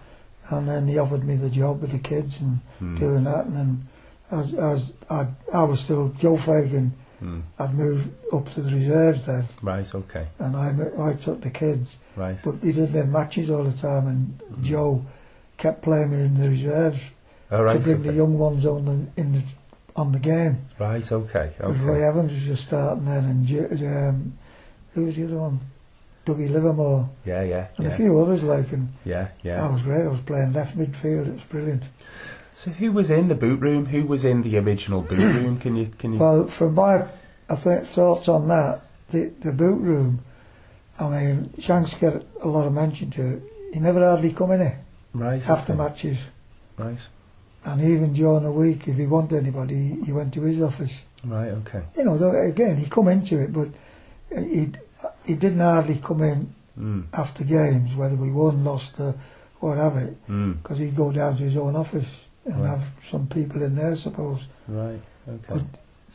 Speaker 1: and then he offered me the job with the kids and
Speaker 2: Mm,
Speaker 1: doing that. And then as, as I, I was still Joe Fagan,
Speaker 2: mm.
Speaker 1: I'd moved up to the reserves then,
Speaker 2: Right, okay,
Speaker 1: and I, mo- I took the kids.
Speaker 2: right,
Speaker 1: But they did their matches all the time, and
Speaker 2: Mm.
Speaker 1: Joe kept playing me in the reserves.
Speaker 2: all right,
Speaker 1: to bring the
Speaker 2: okay.
Speaker 1: young ones on the, in the, on the game.
Speaker 2: right, okay,
Speaker 1: Because Roy
Speaker 2: okay,
Speaker 1: Evans was just starting then, and Ju- um, who was the other one? Dougie Livermore
Speaker 2: yeah, yeah,
Speaker 1: and a
Speaker 2: yeah,
Speaker 1: few Oh, others like him.
Speaker 2: yeah,
Speaker 1: That
Speaker 2: yeah.
Speaker 1: was great. I was playing left midfield. It was brilliant.
Speaker 2: So who was in the boot room? Who was in the original boot room? Can you, can you?
Speaker 1: Well, from my I think, thoughts on that, the, the boot room, I mean, Shanks get a lot of mention to it. He never hardly come in here
Speaker 2: Right,
Speaker 1: after
Speaker 2: okay,
Speaker 1: matches.
Speaker 2: right,
Speaker 1: And even during the week, if he wanted anybody, he- he went to his office.
Speaker 2: right, okay,
Speaker 1: you know, though, again, he come into it, but he he didn't hardly come in
Speaker 2: mm,
Speaker 1: after games, whether we won, lost, uh, or have it,
Speaker 2: mm,
Speaker 1: because he'd go down to his own office and
Speaker 2: Right.
Speaker 1: have some people in there, suppose.
Speaker 2: right, okay,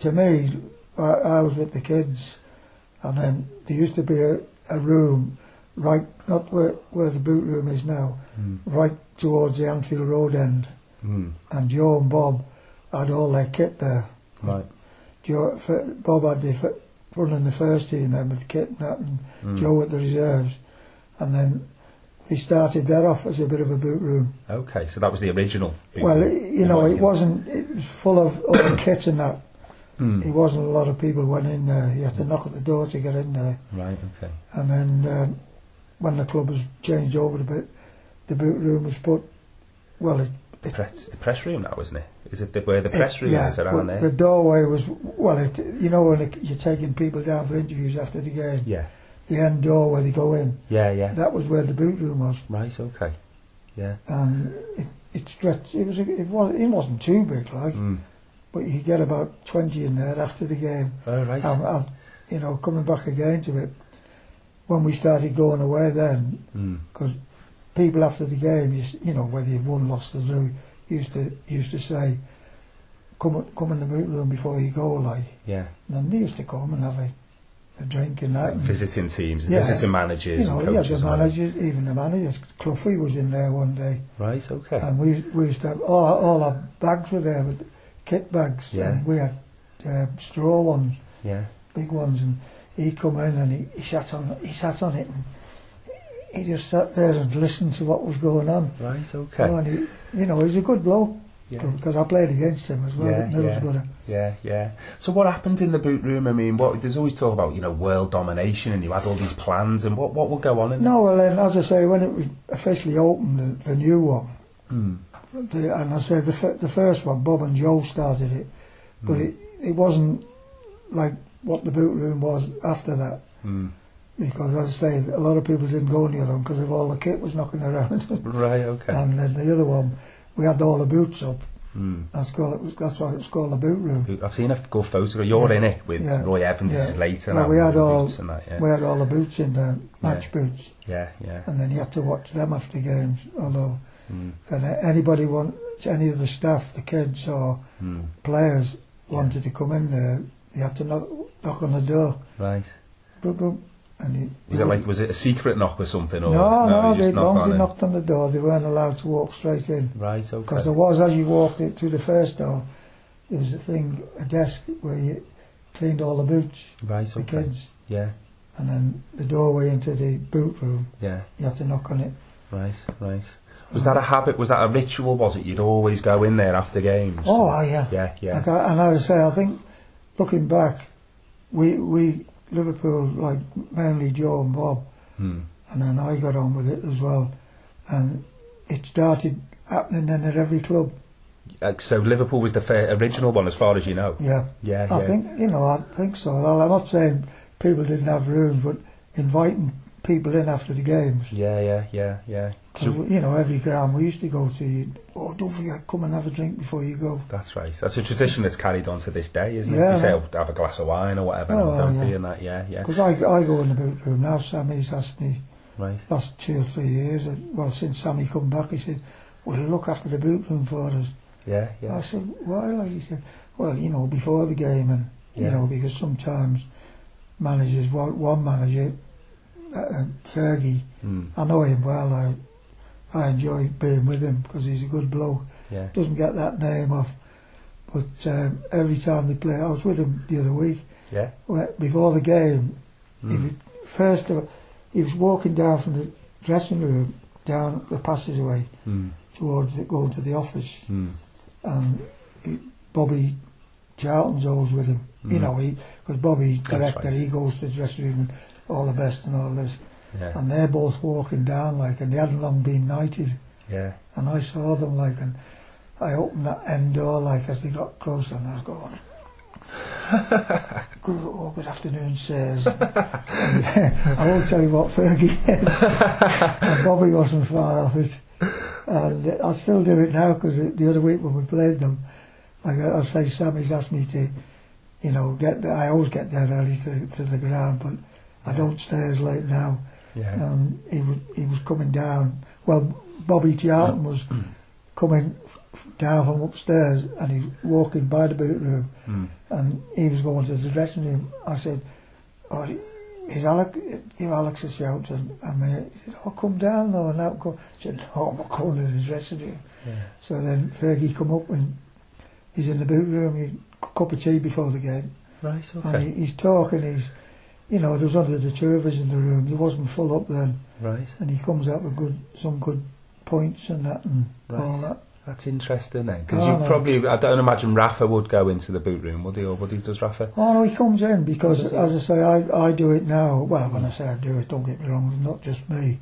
Speaker 1: To me, I, I was with the kids, and then there used to be a, a room, right, not where, where the boot room is now,
Speaker 2: mm,
Speaker 1: right towards the Anfield Road end,
Speaker 2: mm,
Speaker 1: and Joe and Bob had all their kit there.
Speaker 2: right,
Speaker 1: Joe, fir- Bob had the fir- running the first team then with Kit and that and
Speaker 2: mm.
Speaker 1: Joe at the reserves. And then they started that off as a bit of a boot room.
Speaker 2: Okay, so that was the original. boot
Speaker 1: Well,
Speaker 2: room.
Speaker 1: it, you know, it
Speaker 2: working.
Speaker 1: wasn't, it was full of all kit and that.
Speaker 2: Mm.
Speaker 1: It wasn't a lot of people went in there. You had to knock at the door to get in there.
Speaker 2: Right, okay.
Speaker 1: And then um, when the club was changed over a bit, the boot room was put, well, it,
Speaker 2: The press, the press room now, isn't it? Is it the, where the press room
Speaker 1: yeah,
Speaker 2: is
Speaker 1: but
Speaker 2: around there?
Speaker 1: the doorway was, well, it, you know, when it, you're taking people down for interviews after the game.
Speaker 2: yeah,
Speaker 1: the end door where they go in.
Speaker 2: yeah, yeah.
Speaker 1: That was where the boot room was,
Speaker 2: right, okay. Yeah.
Speaker 1: and it, it stretched. It was it was it wasn't too big, like,
Speaker 2: Mm.
Speaker 1: but you get about twenty in there after the game.
Speaker 2: All Oh, right.
Speaker 1: I've, I've, you know, coming back again to it. when we started going away then,
Speaker 2: Mm.
Speaker 1: because people after the game, you, s- you know, whether you won, lost or drew, used to used to say, come come in the boot room before you go, like.
Speaker 2: Yeah.
Speaker 1: And then they used to come and have a, a drink and that.
Speaker 2: Like
Speaker 1: and,
Speaker 2: visiting teams,
Speaker 1: uh, Yeah.
Speaker 2: visiting managers
Speaker 1: you know,
Speaker 2: and
Speaker 1: yeah,
Speaker 2: coaches.
Speaker 1: the
Speaker 2: and all that.
Speaker 1: managers, even the managers. Cluffy was in there one day,
Speaker 2: Right, okay.
Speaker 1: and we we used to have all our, all our bags were there, but kit bags,
Speaker 2: Yeah.
Speaker 1: and we had um, straw ones.
Speaker 2: yeah.
Speaker 1: big ones, and he come in and he, he sat on he sat on it, and he just sat there and listened to what was going on.
Speaker 2: Right, okay.
Speaker 1: Oh, and he, you know, he's a good bloke
Speaker 2: yeah.
Speaker 1: because I played against him as well
Speaker 2: Yeah,
Speaker 1: at Middlesbrough.
Speaker 2: Yeah, yeah. So what happened in the boot room? I mean, what there's always talk about, you know, world domination and you had all these plans and what what would go on in
Speaker 1: No, well, then, as I say, when it was officially opened, the, the new one,
Speaker 2: Mm.
Speaker 1: the, and I say the f- the first one, Bob and Joe started it, but
Speaker 2: Mm.
Speaker 1: it it wasn't like what the boot room was after that.
Speaker 2: Mm.
Speaker 1: Because, as I say, a lot of people didn't go near them because of all the kit was knocking around.
Speaker 2: Right, okay.
Speaker 1: And then the other one, we had all the boots up.
Speaker 2: mm.
Speaker 1: That's called. That's why it's called the boot room.
Speaker 2: I've seen a good photo. You're
Speaker 1: Yeah.
Speaker 2: in it with
Speaker 1: Yeah.
Speaker 2: Roy Evans
Speaker 1: Yeah.
Speaker 2: later.
Speaker 1: Well, we had all-
Speaker 2: And that, yeah.
Speaker 1: We had all the boots in there, match boots,
Speaker 2: yeah, yeah.
Speaker 1: and then you had to watch them after games. Although,
Speaker 2: Mm.
Speaker 1: and anybody want any of the staff, the kids or
Speaker 2: Mm.
Speaker 1: players wanted to come in there, you had to knock, knock on the door,
Speaker 2: Right.
Speaker 1: boom, boom, and you,
Speaker 2: Was it like was it a secret knock or something? Or,
Speaker 1: no, no,
Speaker 2: you just
Speaker 1: they
Speaker 2: knock
Speaker 1: once
Speaker 2: on
Speaker 1: they
Speaker 2: it?
Speaker 1: knocked on the door, they weren't allowed to walk straight in
Speaker 2: Right, okay.
Speaker 1: because there was as you walked it through the first door, there was a thing, a desk where you cleaned all the boots,
Speaker 2: right,
Speaker 1: the
Speaker 2: okay.
Speaker 1: kids.
Speaker 2: Yeah,
Speaker 1: and then the doorway into the boot room,
Speaker 2: yeah.
Speaker 1: you had to knock on it.
Speaker 2: Right, right. Was that a habit? Was that a ritual? Was it you'd always go in there after games?
Speaker 1: Oh, ah, yeah.
Speaker 2: yeah, yeah,
Speaker 1: Like I, and as I say, I think looking back, we we Liverpool like mainly Joe and Bob,
Speaker 2: Hmm.
Speaker 1: and then I got on with it as well, and it started happening then at every club.
Speaker 2: Uh, so Liverpool was the fir- original one, as far as you know.
Speaker 1: Yeah,
Speaker 2: Yeah,
Speaker 1: I
Speaker 2: yeah.
Speaker 1: think you know I think so. Well, I'm not saying people didn't have rooms, but inviting people in after the games.
Speaker 2: Yeah, yeah, yeah, yeah.
Speaker 1: 'Cause, you know, every ground we used to go to, you'd, oh, don't forget, come and have a drink before you go.
Speaker 2: That's right. That's a tradition that's carried on to this day, isn't it?
Speaker 1: Yeah.
Speaker 2: You say, oh, have a glass of wine or whatever,
Speaker 1: Oh,
Speaker 2: and don't
Speaker 1: yeah.
Speaker 2: be in that. Yeah, yeah.
Speaker 1: Because I, I go in the boot room now. Sammy's asked me
Speaker 2: Right.
Speaker 1: last two or three years. uh, Well, since Sammy come back, he said, "Will you look after the boot room for us?"
Speaker 2: Yeah,
Speaker 1: I
Speaker 2: yeah.
Speaker 1: said, "Why?" Like he said, "Well, you know, before the game, and
Speaker 2: Yeah.
Speaker 1: you know, because sometimes managers, one, one manager, uh, uh, Fergie,
Speaker 2: Mm.
Speaker 1: I know him well. I I enjoy being with him because he's a good bloke.
Speaker 2: Yeah.
Speaker 1: Doesn't get that name off, but um, every time they play, I was with him the other week.
Speaker 2: Yeah.
Speaker 1: Well, Before the game, He
Speaker 2: Mm.
Speaker 1: was, first of all, he was walking down from the dressing room down the passageway
Speaker 2: Mm.
Speaker 1: towards the, going to the office,
Speaker 2: Mm.
Speaker 1: and he, Bobby Charlton's always with him. You
Speaker 2: Mm.
Speaker 1: know, he because Bobby's director,
Speaker 2: right.
Speaker 1: he goes to the dressing room and all the best and all this,
Speaker 2: Yeah.
Speaker 1: and they're both walking down like, and they hadn't long been knighted,
Speaker 2: Yeah.
Speaker 1: and I saw them like, and I opened that end door like as they got closer, and I was going. Good, oh, good afternoon, sirs. I won't tell you what Fergie did. and Bobby wasn't far off it. And I still do it now because the other week when we played them, like I, I say, Sammy's asked me to, you know, get there. I always get there early to, to the ground, but I don't stay as late now.
Speaker 2: Yeah.
Speaker 1: And he was he was coming down. Well, Bobby Charlton was coming f- down from upstairs, and he's walking by the boot room
Speaker 2: Mm.
Speaker 1: and he was going to the dressing room. I said, oh, is Alec, give Alex a shout. And, and me, he said, oh, come down though. And out go. I said, no, I'm not going to the dressing room.
Speaker 2: Yeah.
Speaker 1: So then Fergie come up and he's in the boot room. He, a cup of tea before the game.
Speaker 2: Right.
Speaker 1: And
Speaker 2: Okay.
Speaker 1: he, he's talking. He's, you know, there was only the two of us in the room. There wasn't full up then.
Speaker 2: Right.
Speaker 1: And he comes out with good, some good points and that and all
Speaker 2: Right.
Speaker 1: that.
Speaker 2: That's interesting then, because
Speaker 1: Oh,
Speaker 2: you
Speaker 1: no.
Speaker 2: probably, I don't imagine Rafa would go into the boot room, would he? Or would he? Does Rafa?
Speaker 1: Oh no, he comes in because,
Speaker 2: Does Mm. he?
Speaker 1: as I say, I, I do it now. Well, when I say I do it, don't get me wrong, it's not just me.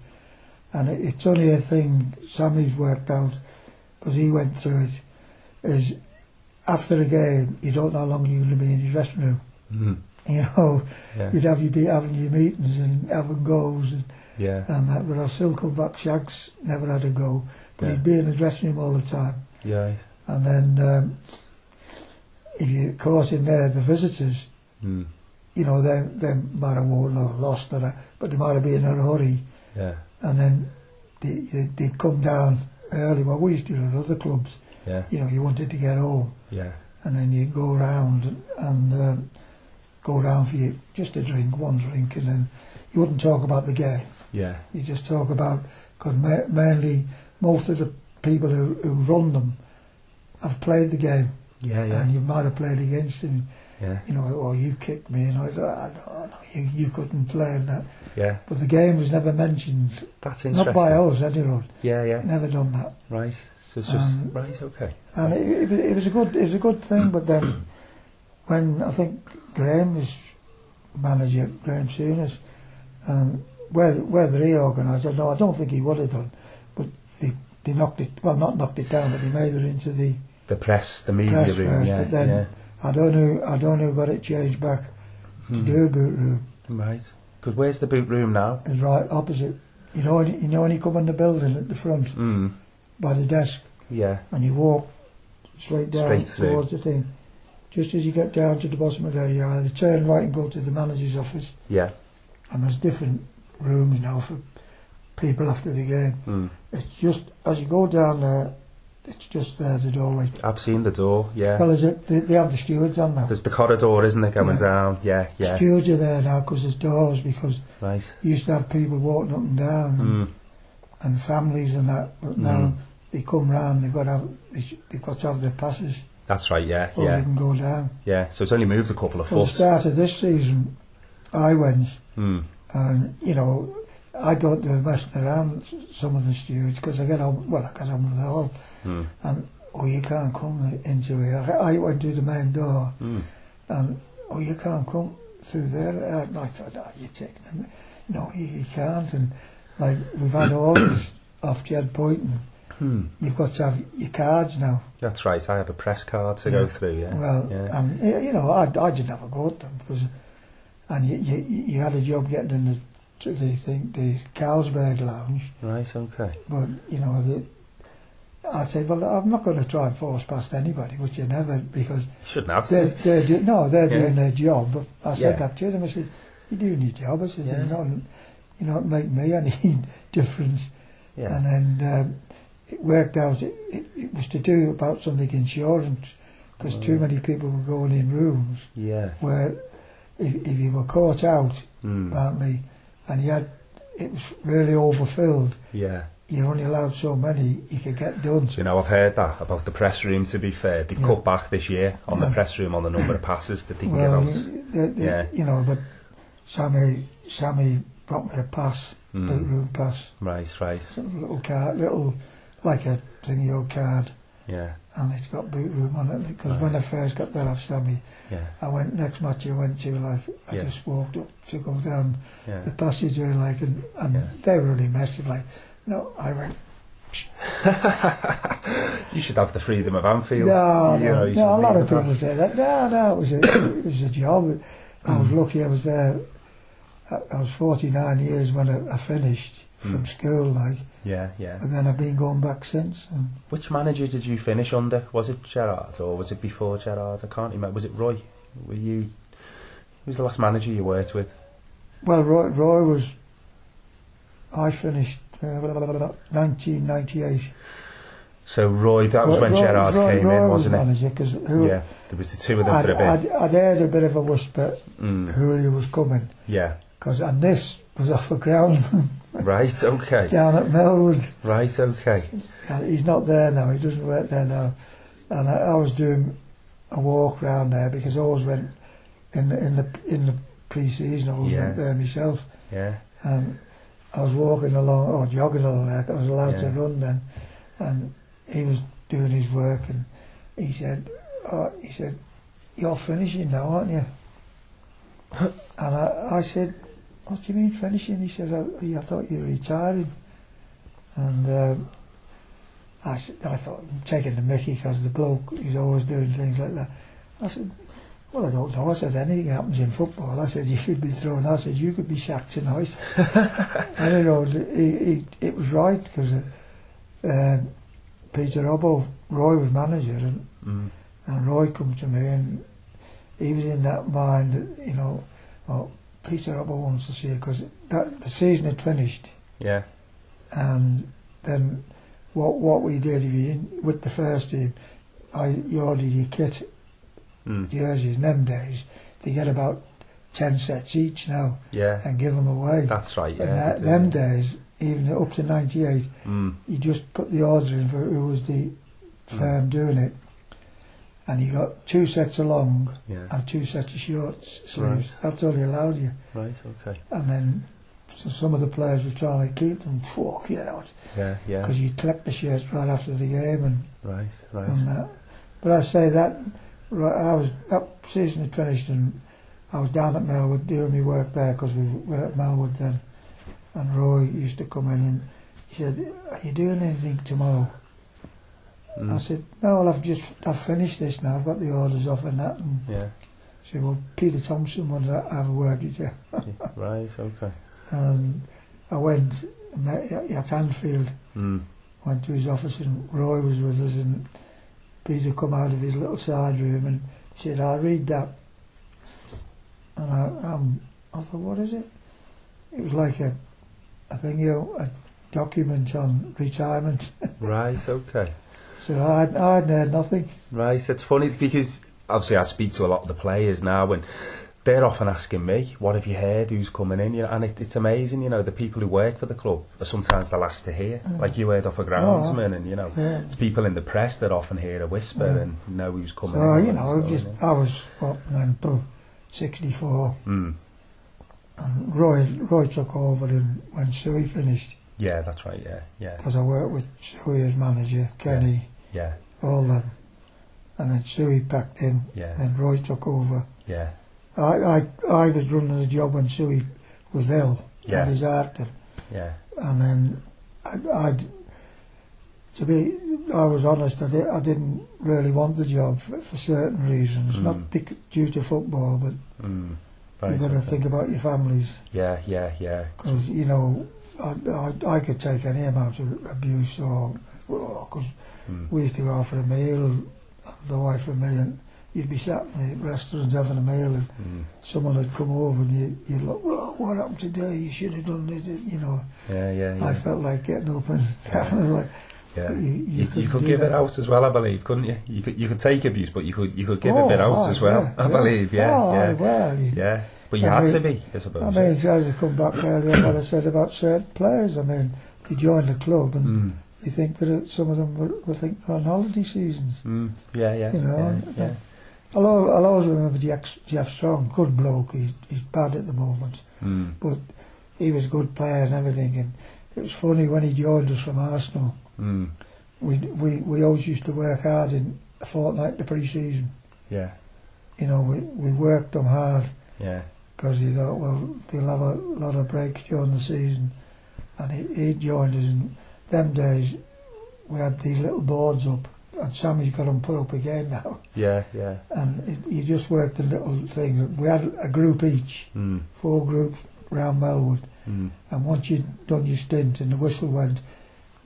Speaker 1: And it, it's only a thing Sammy's worked out because he went through it. Is after a game, you don't know how long you're going to be in your dressing room.
Speaker 2: Mm.
Speaker 1: You know,
Speaker 2: Yeah.
Speaker 1: you'd have your be having your meetings and having goes and,
Speaker 2: Yeah.
Speaker 1: and that. But I still come back. Shags never had a go, but
Speaker 2: Yeah.
Speaker 1: he'd be in the dressing room all the time.
Speaker 2: Yeah.
Speaker 1: And then um, if you're caught in there, the visitors.
Speaker 2: Mm.
Speaker 1: you know, they, they might have won or lost, or that, but they might have been in a hurry.
Speaker 2: Yeah.
Speaker 1: And then they, they, they come down early. What we used to do at other clubs,
Speaker 2: Yeah.
Speaker 1: you know, you wanted to get home.
Speaker 2: Yeah.
Speaker 1: And then you go round and um, go round for your, just a drink, one drink, and then you wouldn't talk about the game.
Speaker 2: Yeah.
Speaker 1: You just talk about, because ma- mainly most of the people who, who run them have played the game.
Speaker 2: Yeah.
Speaker 1: And you might have played against him.
Speaker 2: Yeah.
Speaker 1: you know, or you kicked me, and I, I, I know you, you couldn't play and that.
Speaker 2: Yeah.
Speaker 1: But the game was never mentioned,
Speaker 2: That's
Speaker 1: not
Speaker 2: interesting.
Speaker 1: by us, anyone.
Speaker 2: Yeah. Yeah.
Speaker 1: Never done that.
Speaker 2: Right. So it's just
Speaker 1: Um,
Speaker 2: right. Okay.
Speaker 1: And it, it, was- it was a good, it was a good thing. But then, when I think Graham was manager, Graham Souness, um, and whether whether he organised, I know I don't think he would have done. But they, they knocked it, well, not knocked it down, but they made it into the.
Speaker 2: The press, the media
Speaker 1: Press
Speaker 2: room.
Speaker 1: first,
Speaker 2: yeah.
Speaker 1: but then-
Speaker 2: yeah.
Speaker 1: I don't know, I don't know, who got it changed back to
Speaker 2: Hmm.
Speaker 1: their boot room.
Speaker 2: Right. Because where's the boot room now?
Speaker 1: is right opposite. You know, when- you know when you come in the building at the front
Speaker 2: Mm.
Speaker 1: by the desk
Speaker 2: Yeah.
Speaker 1: and you walk straight down
Speaker 2: Straight through.
Speaker 1: towards the thing. Just as you get down to the bottom of there, you either turn right and go to the manager's office,
Speaker 2: Yeah.
Speaker 1: and there's different rooms now for people after the game.
Speaker 2: Mm.
Speaker 1: It's just as you go down there, it's just there the doorway.
Speaker 2: I've seen the door. Yeah.
Speaker 1: Well, is it? They, they have the stewards on now.
Speaker 2: There's the corridor, isn't it, going
Speaker 1: Yeah.
Speaker 2: down? Yeah. Yeah.
Speaker 1: Stewards are there now because there's doors because
Speaker 2: Right.
Speaker 1: you used to have people walking up and down. and
Speaker 2: Mm.
Speaker 1: and families and that, but now
Speaker 2: Mm.
Speaker 1: they come round, they've got to have, they sh- they've got to have their passes
Speaker 2: That's right. Yeah.
Speaker 1: or they
Speaker 2: Yeah.
Speaker 1: can go down.
Speaker 2: Yeah. So it's only moved a couple of
Speaker 1: Well, the
Speaker 2: foot.
Speaker 1: start of this season, I went
Speaker 2: Mm.
Speaker 1: and, you know, I don't do messing around s- some of the stewards because I get on, well, I get on with it all
Speaker 2: Mm.
Speaker 1: and, oh, you can't come into here. I I went through the main door
Speaker 2: Mm.
Speaker 1: and, oh, you can't come through there. And I thought, oh, you're taking a mi- No, you, you can't. And, like, we've had orders off Jed Boynton.
Speaker 2: Mm.
Speaker 1: You've got to have your cards now.
Speaker 2: That's right. I have a press card to
Speaker 1: Yeah.
Speaker 2: go through. Yeah.
Speaker 1: Well,
Speaker 2: Yeah.
Speaker 1: um, y- you know, I, I didn't have a go at them because, and you, you, you had a job getting in the, to the thing, the Carlsberg Lounge,
Speaker 2: Right. Okay.
Speaker 1: but you know, the, I said, well, I'm not going to try and force past anybody, which you never, because
Speaker 2: Shouldn't have
Speaker 1: they're,
Speaker 2: to.
Speaker 1: they're do, no, they're
Speaker 2: Yeah.
Speaker 1: doing their job. But I said
Speaker 2: Yeah.
Speaker 1: that to them. I said, you do need job. I said,
Speaker 2: Yeah.
Speaker 1: you're not, you're not make me any difference.
Speaker 2: Yeah.
Speaker 1: And then um, it worked out, it, it, it was to do about something insurance, because too
Speaker 2: Oh.
Speaker 1: many people were going in rooms
Speaker 2: Yeah.
Speaker 1: where if, if you were caught out,
Speaker 2: Mm.
Speaker 1: aren't me, and you had, it was really overfilled,
Speaker 2: Yeah.
Speaker 1: you're only allowed so many you could get done.
Speaker 2: Do you know, I've heard that about the press room, to be fair. They've
Speaker 1: Yeah.
Speaker 2: cut back this year on the
Speaker 1: Yeah.
Speaker 2: press room on the number of passes that they can
Speaker 1: Well,
Speaker 2: get out.
Speaker 1: the, the,
Speaker 2: Yeah.
Speaker 1: you know, but Sammy, Sammy got me a pass, boot
Speaker 2: Mm.
Speaker 1: room pass,
Speaker 2: Right, right.
Speaker 1: sort of little card, little, like a thingy card,
Speaker 2: Yeah,
Speaker 1: and it's got boot room on it, because when I first got that off Sammy,
Speaker 2: yeah,
Speaker 1: I went next match I went to like I
Speaker 2: Yeah.
Speaker 1: just walked up to go down the
Speaker 2: yeah.
Speaker 1: passageway like and, and
Speaker 2: Yeah.
Speaker 1: they were really massive like no I went
Speaker 2: you should have the freedom of
Speaker 1: no
Speaker 2: Anfield.
Speaker 1: no,
Speaker 2: you know, you
Speaker 1: no a
Speaker 2: should
Speaker 1: lot
Speaker 2: leave
Speaker 1: of
Speaker 2: the
Speaker 1: people
Speaker 2: past.
Speaker 1: say that no no it was a it was a job I
Speaker 2: Mm.
Speaker 1: was lucky I was there I, I was 49 years when I, I finished from
Speaker 2: Mm.
Speaker 1: school like
Speaker 2: Yeah, yeah.
Speaker 1: and then I've been going back since and
Speaker 2: Which manager did you finish under? Was it Gerard or was it before Gerard? I can't remember. Was it Roy? Were you? Who was the last manager you worked with?
Speaker 1: well Roy, Roy was I finished uh, 1998
Speaker 2: So Roy, that was
Speaker 1: Roy-
Speaker 2: when
Speaker 1: Roy-
Speaker 2: Gerard
Speaker 1: Roy-
Speaker 2: came
Speaker 1: Roy
Speaker 2: in,
Speaker 1: was
Speaker 2: wasn't it?
Speaker 1: manager because who
Speaker 2: Yeah, there was the two of them
Speaker 1: I'd,
Speaker 2: for a
Speaker 1: I'd,
Speaker 2: bit.
Speaker 1: I'd heard a e bit of a whisper
Speaker 2: Mm.
Speaker 1: Julio was coming
Speaker 2: Yeah,
Speaker 1: because and this was off the ground
Speaker 2: right, okay,
Speaker 1: down at Melwood.
Speaker 2: right, okay.
Speaker 1: And he's not there now. He doesn't work there now. And I, I was doing a walk round there because I always went in the in the in the pre-season. I always
Speaker 2: Yeah.
Speaker 1: went there myself.
Speaker 2: Yeah,
Speaker 1: And I was walking along or jogging along. there, 'cause I was allowed to
Speaker 2: Yeah.
Speaker 1: run then, and he was doing his work. And he said, oh, he said, you're finishing now, aren't you? And I, I said, what do you mean finishing? He says, I, I thought you were retiring. And um, I, s- I thought, I'm taking the mickey because the bloke, he's always doing things like that. I said, well, I don't know. I said, anything happens in football. I said, you could be thrown. I said, you could be sacked tonight. I don't know. He, he, it was right because uh, um, Peter Robbo, Roy was manager and
Speaker 2: mm.
Speaker 1: and Roy come to me and he was in that mind that, you know, Well, Peter Robert wants to see it because that the season had finished,
Speaker 2: Yeah.
Speaker 1: and then what what we did if you, didn't- with the first team, I you ordered your kit
Speaker 2: Mm.
Speaker 1: jerseys. In them days, they get about ten sets each now
Speaker 2: Yeah.
Speaker 1: and give them away.
Speaker 2: That's right.
Speaker 1: and
Speaker 2: Yeah.
Speaker 1: that, uh, them days, even up to '98,
Speaker 2: Mm.
Speaker 1: you just put the order in for who was the firm
Speaker 2: Hmm.
Speaker 1: doing it, and you got two sets of long
Speaker 2: Yeah.
Speaker 1: and two sets of short s- sleeves.
Speaker 2: Right.
Speaker 1: That's all they allowed you.
Speaker 2: Right. Okay.
Speaker 1: And then so some of the players were trying to keep them. Fuck, you know,
Speaker 2: Yeah. Yeah.
Speaker 1: because you collect the shirts right after the game and,
Speaker 2: Right.
Speaker 1: and
Speaker 2: Right.
Speaker 1: that. But I say that right, I was that season had finished and I was down at Melwood doing my work there because we were at Melwood then. And Roy used to come in and he said, "Are you doing anything tomorrow?" I
Speaker 2: Mm.
Speaker 1: said, "No, well, I've just I've finished this now. I've got the orders off and that." And
Speaker 2: Yeah.
Speaker 1: he said, "Well, Peter Thompson wants to have a word with you."
Speaker 2: yeah, Right. Okay.
Speaker 1: And I went and met at at Anfield,
Speaker 2: Mm.
Speaker 1: went to his office, and Roy was with us. And Peter come out of his little side room and said, "I read that." And I, um, I thought, "What is it?" It was like a, I think you know, a document on retirement.
Speaker 2: Right. Okay.
Speaker 1: so I I had heard nothing.
Speaker 2: Right, it's funny because obviously I speak to a lot of the players now and they're often asking me, what have you heard, who's coming in, you know, and it, it's amazing, you know, the people who work for the club are sometimes the last to hear.
Speaker 1: Mm.
Speaker 2: Like you heard off a groundsman and, you know,
Speaker 1: Yeah.
Speaker 2: it's people in the press that often hear a whisper
Speaker 1: Yeah.
Speaker 2: and know who's coming
Speaker 1: So
Speaker 2: in.
Speaker 1: Ah, you
Speaker 2: and
Speaker 1: know,
Speaker 2: so,
Speaker 1: just
Speaker 2: you know.
Speaker 1: I was what man, probably sixty-four,
Speaker 2: Mm.
Speaker 1: and Roy Roy took over, and when Suey finished.
Speaker 2: Yeah, that's right, yeah, yeah,
Speaker 1: because I worked with Suey as manager, Kenny,
Speaker 2: yeah,
Speaker 1: all them. And then Suey packed in,
Speaker 2: yeah,
Speaker 1: then Roy took over.
Speaker 2: yeah,
Speaker 1: I, I, I was running the job when Suey was ill,
Speaker 2: Yeah.
Speaker 1: had his heart, and,
Speaker 2: yeah,
Speaker 1: and then I, I, to be, I was honest, I, di- I didn't really want the job for, for certain reasons,
Speaker 2: Mm.
Speaker 1: not bec- due to football, but
Speaker 2: mm.
Speaker 1: you've
Speaker 2: Right,
Speaker 1: got to
Speaker 2: okay.
Speaker 1: think about your families,
Speaker 2: Yeah, yeah, yeah,
Speaker 1: because, you know, I, I, I could take any amount of abuse or, because
Speaker 2: mm.
Speaker 1: we used to go out for a meal, the wife and me, and you'd be sat in the restaurants having a meal, and
Speaker 2: Mm.
Speaker 1: someone would come over, and you, you'd look, well, what happened today? You should have done this, you know.
Speaker 2: yeah, yeah,
Speaker 1: I
Speaker 2: yeah.
Speaker 1: felt like getting up and having a like,
Speaker 2: yeah.
Speaker 1: you, you,
Speaker 2: You, you
Speaker 1: couldn't
Speaker 2: could
Speaker 1: do
Speaker 2: give
Speaker 1: that.
Speaker 2: it out as well, I believe, couldn't you? You could you could take abuse, but you could you could give a
Speaker 1: Oh,
Speaker 2: bit out
Speaker 1: aye,
Speaker 2: as well.
Speaker 1: yeah,
Speaker 2: I believe, yeah,
Speaker 1: oh, aye,
Speaker 2: yeah,
Speaker 1: well, you-
Speaker 2: yeah. But you
Speaker 1: I
Speaker 2: had
Speaker 1: mean-
Speaker 2: to be, I suppose.
Speaker 1: I mean, as I come back earlier, what I said about certain players, I mean, they join the club, and
Speaker 2: mm,
Speaker 1: you think that it- some of them were, were thinking on holiday seasons.
Speaker 2: mm, yeah, yeah,
Speaker 1: You know,
Speaker 2: yeah, yeah.
Speaker 1: I'll, al- I'll always remember Jeff, Jeff Strong, good bloke, he's, he's bad at the moment.
Speaker 2: Mm,
Speaker 1: but he was a good player and everything. And it was funny when he joined us from Arsenal.
Speaker 2: mm,
Speaker 1: We we we always used to work hard in a fortnight the pre-season.
Speaker 2: yeah,
Speaker 1: You know, we we worked them hard
Speaker 2: yeah,
Speaker 1: because he thought, well, they'll have a lot of breaks during the season. And he, he joined us. And them days, we had these little boards up, and Sammy's got them put up again now.
Speaker 2: yeah, yeah.
Speaker 1: And it, you just worked the little things. We had a group each,
Speaker 2: Mm,
Speaker 1: four groups round Melwood.
Speaker 2: mm,
Speaker 1: And once you'd done your stint and the whistle went,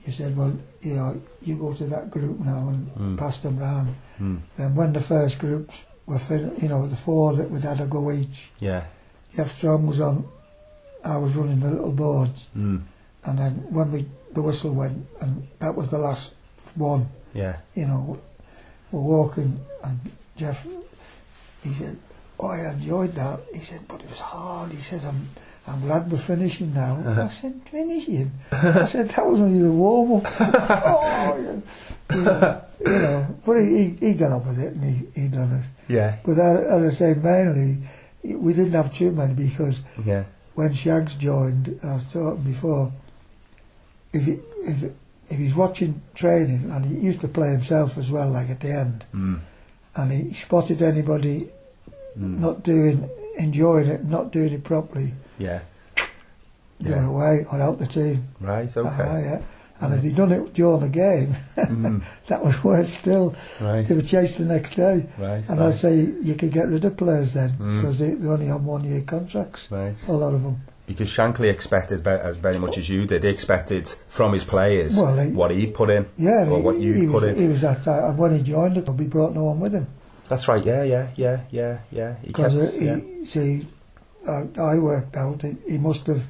Speaker 1: you said, well, you know, you go to that group now and
Speaker 2: Mm.
Speaker 1: pass them round.
Speaker 2: mm,
Speaker 1: Then when the first groups were fin- you know, the four that we'd had a go each,
Speaker 2: yeah,
Speaker 1: Jeff Strong was on, I was running the little boards.
Speaker 2: mm,
Speaker 1: And then when we the whistle went, and that was the last one,
Speaker 2: yeah,
Speaker 1: you know, we're walking and Jeff, he said, oh, I enjoyed that. He said, but it was hard. He said, I'm, I'm glad we're finishing now. I said, finishing? I said, that was only the warm-up. oh, yeah. you, know, you know, but he, he, he got up with it and he, he done it.
Speaker 2: yeah,
Speaker 1: But as, as I say, mainly, we didn't have too many because
Speaker 2: yeah,
Speaker 1: when Shanks joined, I was talking before, if, he, if, if he's watching training, and he used to play himself as well, like at the end,
Speaker 2: mm,
Speaker 1: and he spotted anybody
Speaker 2: mm,
Speaker 1: not doing, enjoying it, not doing it properly,
Speaker 2: yeah.
Speaker 1: they
Speaker 2: Yeah.
Speaker 1: were away or out the team.
Speaker 2: Right,
Speaker 1: and away,
Speaker 2: okay.
Speaker 1: Ah, yeah. And if he'd done it during the game,
Speaker 2: Mm,
Speaker 1: that was worse still.
Speaker 2: right,
Speaker 1: They were chased the next day.
Speaker 2: right,
Speaker 1: And I
Speaker 2: right,
Speaker 1: say you could get rid of players then,
Speaker 2: Mm.
Speaker 1: because they, they're only on one year contracts,
Speaker 2: right.
Speaker 1: a lot of them.
Speaker 2: Because Shankly expected ve- as very much as you did. He expected from his players
Speaker 1: Well, he-
Speaker 2: what he put in.
Speaker 1: Yeah,
Speaker 2: Well,
Speaker 1: he,
Speaker 2: what you
Speaker 1: he
Speaker 2: put
Speaker 1: was,
Speaker 2: in.
Speaker 1: He was that type. And when he joined the club, he brought no one with him
Speaker 2: That's right. Yeah, yeah, yeah, yeah, yeah. He
Speaker 1: because
Speaker 2: kept-
Speaker 1: uh, he,
Speaker 2: yeah.
Speaker 1: see, I, I worked out he, he must have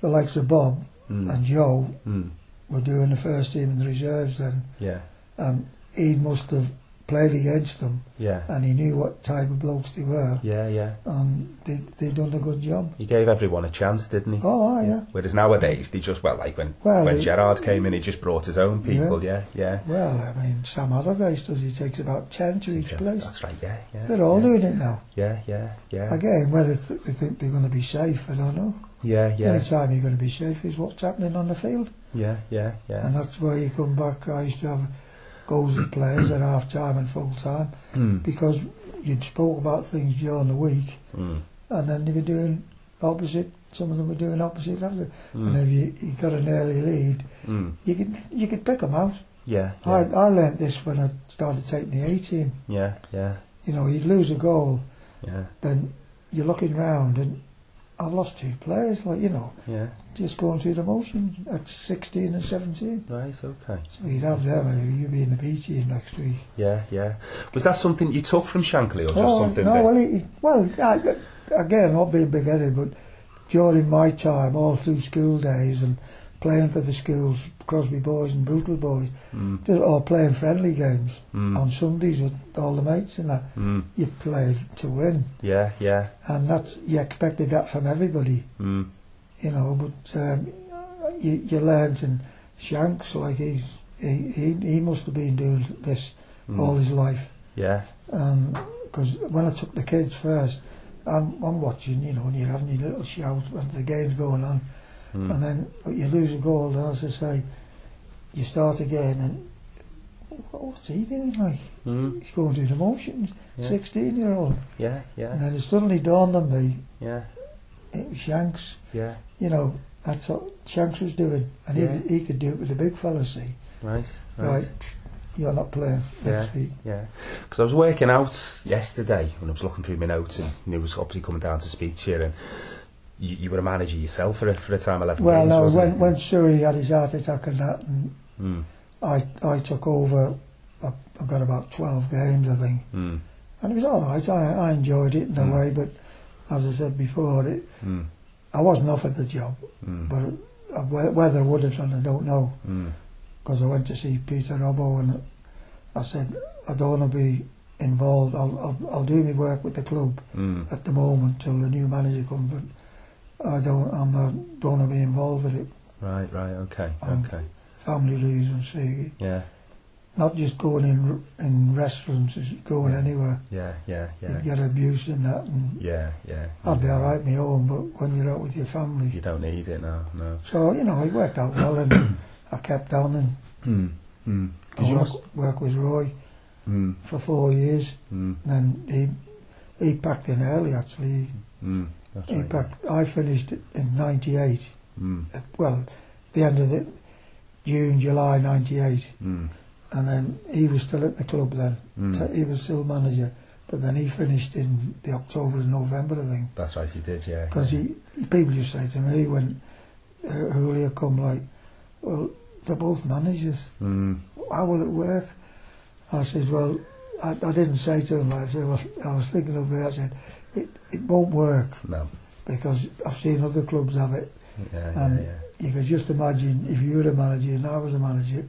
Speaker 1: the likes of Bob
Speaker 2: Mm.
Speaker 1: and Joe
Speaker 2: Mm.
Speaker 1: were doing the first team in the reserves then,
Speaker 2: Yeah.
Speaker 1: and he must have played against them,
Speaker 2: Yeah.
Speaker 1: and he knew what type of blokes they were,
Speaker 2: Yeah. Yeah.
Speaker 1: and they they done a good job.
Speaker 2: He gave everyone a chance, didn't he?
Speaker 1: Oh, aye, yeah.
Speaker 2: Whereas nowadays they just well like when
Speaker 1: Well,
Speaker 2: when
Speaker 1: they-
Speaker 2: Gerard came in, he just brought his own people. Yeah. Yeah.
Speaker 1: Well, I mean, Sam Allardyce does. He takes about ten to each
Speaker 2: Yeah,
Speaker 1: place.
Speaker 2: That's right. Yeah. Yeah.
Speaker 1: They're all
Speaker 2: yeah,
Speaker 1: doing it now.
Speaker 2: Yeah. Yeah. Yeah.
Speaker 1: Again, whether th- they think they're going to be safe, I don't know.
Speaker 2: Yeah.
Speaker 1: The
Speaker 2: Yeah.
Speaker 1: only time you're going to be safe is what's happening on the field.
Speaker 2: Yeah. Yeah. Yeah.
Speaker 1: And that's where you come back. I used to have goals of players at half time and full time
Speaker 2: Mm.
Speaker 1: because you'd spoke about things during the week
Speaker 2: Mm.
Speaker 1: and then they were doing opposite. Some of them were doing opposite. level. And
Speaker 2: Mm.
Speaker 1: if you, you got an early lead,
Speaker 2: Mm.
Speaker 1: you could you could pick 'em out.
Speaker 2: Yeah.
Speaker 1: I,
Speaker 2: Yeah.
Speaker 1: I learnt this when I started taking the A team.
Speaker 2: Yeah. Yeah.
Speaker 1: You know, you'd lose a goal,
Speaker 2: Yeah.
Speaker 1: then you're looking round and I've lost two players. Like you know,
Speaker 2: Yeah.
Speaker 1: just going through the motions at 16 and 17.
Speaker 2: Right. Okay.
Speaker 1: So you'd have them, and you'd be in the B team next week.
Speaker 2: Yeah. Yeah. Was that something you took from Shankly, or just something
Speaker 1: Oh, no,
Speaker 2: that?
Speaker 1: well, he, he- well I, again, not being big headed, but during my time, all through school days and playing for the schools, Crosby Boys and Bootle Boys,
Speaker 2: Mm.
Speaker 1: just- or playing friendly games
Speaker 2: Mm.
Speaker 1: on Sundays with all the mates and that,
Speaker 2: Mm.
Speaker 1: you played to win.
Speaker 2: Yeah. Yeah.
Speaker 1: And that's, you expected that from everybody.
Speaker 2: Mm.
Speaker 1: you know, but um, you, you learnt and Shanks, like he's, he, he, he must have been doing this
Speaker 2: Mm.
Speaker 1: all his life.
Speaker 2: Yeah.
Speaker 1: Because Um, when I took the kids first, I'm, I'm watching, you know, and you're having your little shout when the game's going on, and
Speaker 2: Mm.
Speaker 1: then but you lose a goal, and as I say, you start again, and "Wha- what's he doing? Like,
Speaker 2: Mm.
Speaker 1: he's going through the motions,
Speaker 2: Yeah.
Speaker 1: 16 year old.
Speaker 2: Yeah.
Speaker 1: And
Speaker 2: Yeah.
Speaker 1: then it suddenly dawned on me,
Speaker 2: Yeah.
Speaker 1: it was Shanks.
Speaker 2: Yeah.
Speaker 1: you know, that's what Shanks was doing. And
Speaker 2: Yeah.
Speaker 1: he, he could do it with the big fellas, see.
Speaker 2: Right.
Speaker 1: Right.
Speaker 2: Right.
Speaker 1: You're not playing next week.
Speaker 2: Yeah, because I was working out yesterday when I was looking through my notes and knew I was obviously coming down to speak to you and you, you were a manager yourself for a, for a time 11
Speaker 1: Well,
Speaker 2: games,
Speaker 1: no,
Speaker 2: wasn't
Speaker 1: when,
Speaker 2: it?
Speaker 1: when Surrey had his heart attack and that, and
Speaker 2: Mm,
Speaker 1: I, I took over, I, I got about 12 games, I think.
Speaker 2: mm,
Speaker 1: And it was all right. I, I enjoyed it in a
Speaker 2: Mm.
Speaker 1: way, but as I said before, it,
Speaker 2: mm,
Speaker 1: I wasn't offered the job.
Speaker 2: mm,
Speaker 1: But it, uh, whe- whether I would have done, I don't know.
Speaker 2: mm,
Speaker 1: because I went to see Peter Robbo and I said, I don't want to be involved. I'll, I'll, I'll do my work with the club
Speaker 2: mm,
Speaker 1: at the moment till the new manager comes, but I don't, I'm not, don't want to be involved with it.
Speaker 2: right, right, okay,
Speaker 1: Um,
Speaker 2: okay,
Speaker 1: Family reasons, see,
Speaker 2: yeah,
Speaker 1: not just going in in restaurants, it's going
Speaker 2: Yeah.
Speaker 1: anywhere.
Speaker 2: yeah, yeah,
Speaker 1: You
Speaker 2: yeah,
Speaker 1: get abuse and that, and
Speaker 2: yeah, yeah.
Speaker 1: I'd be all right on my own, but when you're out with your family.
Speaker 2: You don't need it now, no.
Speaker 1: So, you know, it worked out well, and I kept on and
Speaker 2: Mm, mm. 'Cause
Speaker 1: I
Speaker 2: you
Speaker 1: work,
Speaker 2: must-
Speaker 1: worked with Roy
Speaker 2: mm,
Speaker 1: for four years.
Speaker 2: mm,
Speaker 1: And then he he packed in early actually.
Speaker 2: mm, that's
Speaker 1: He
Speaker 2: right.
Speaker 1: packed. I finished in '98.
Speaker 2: Mm,
Speaker 1: At, well, the end of the June, July '98,
Speaker 2: mm,
Speaker 1: and then he was still at the club then. So
Speaker 2: mm.
Speaker 1: He was still manager, but then he finished in the October and November, I think.
Speaker 2: That's right, you did, yeah.
Speaker 1: Because
Speaker 2: yeah.
Speaker 1: he, people used to say to me when uh, Julio come like, well, they're both managers.
Speaker 2: Mm,
Speaker 1: How will it work? I said, well, I, I didn't say to him. I said, well, I was thinking of it. I said, it, it won't work
Speaker 2: no,
Speaker 1: because I've seen other clubs have it.
Speaker 2: yeah, yeah,
Speaker 1: And-
Speaker 2: yeah.
Speaker 1: You could just imagine if you were a manager and I was a manager,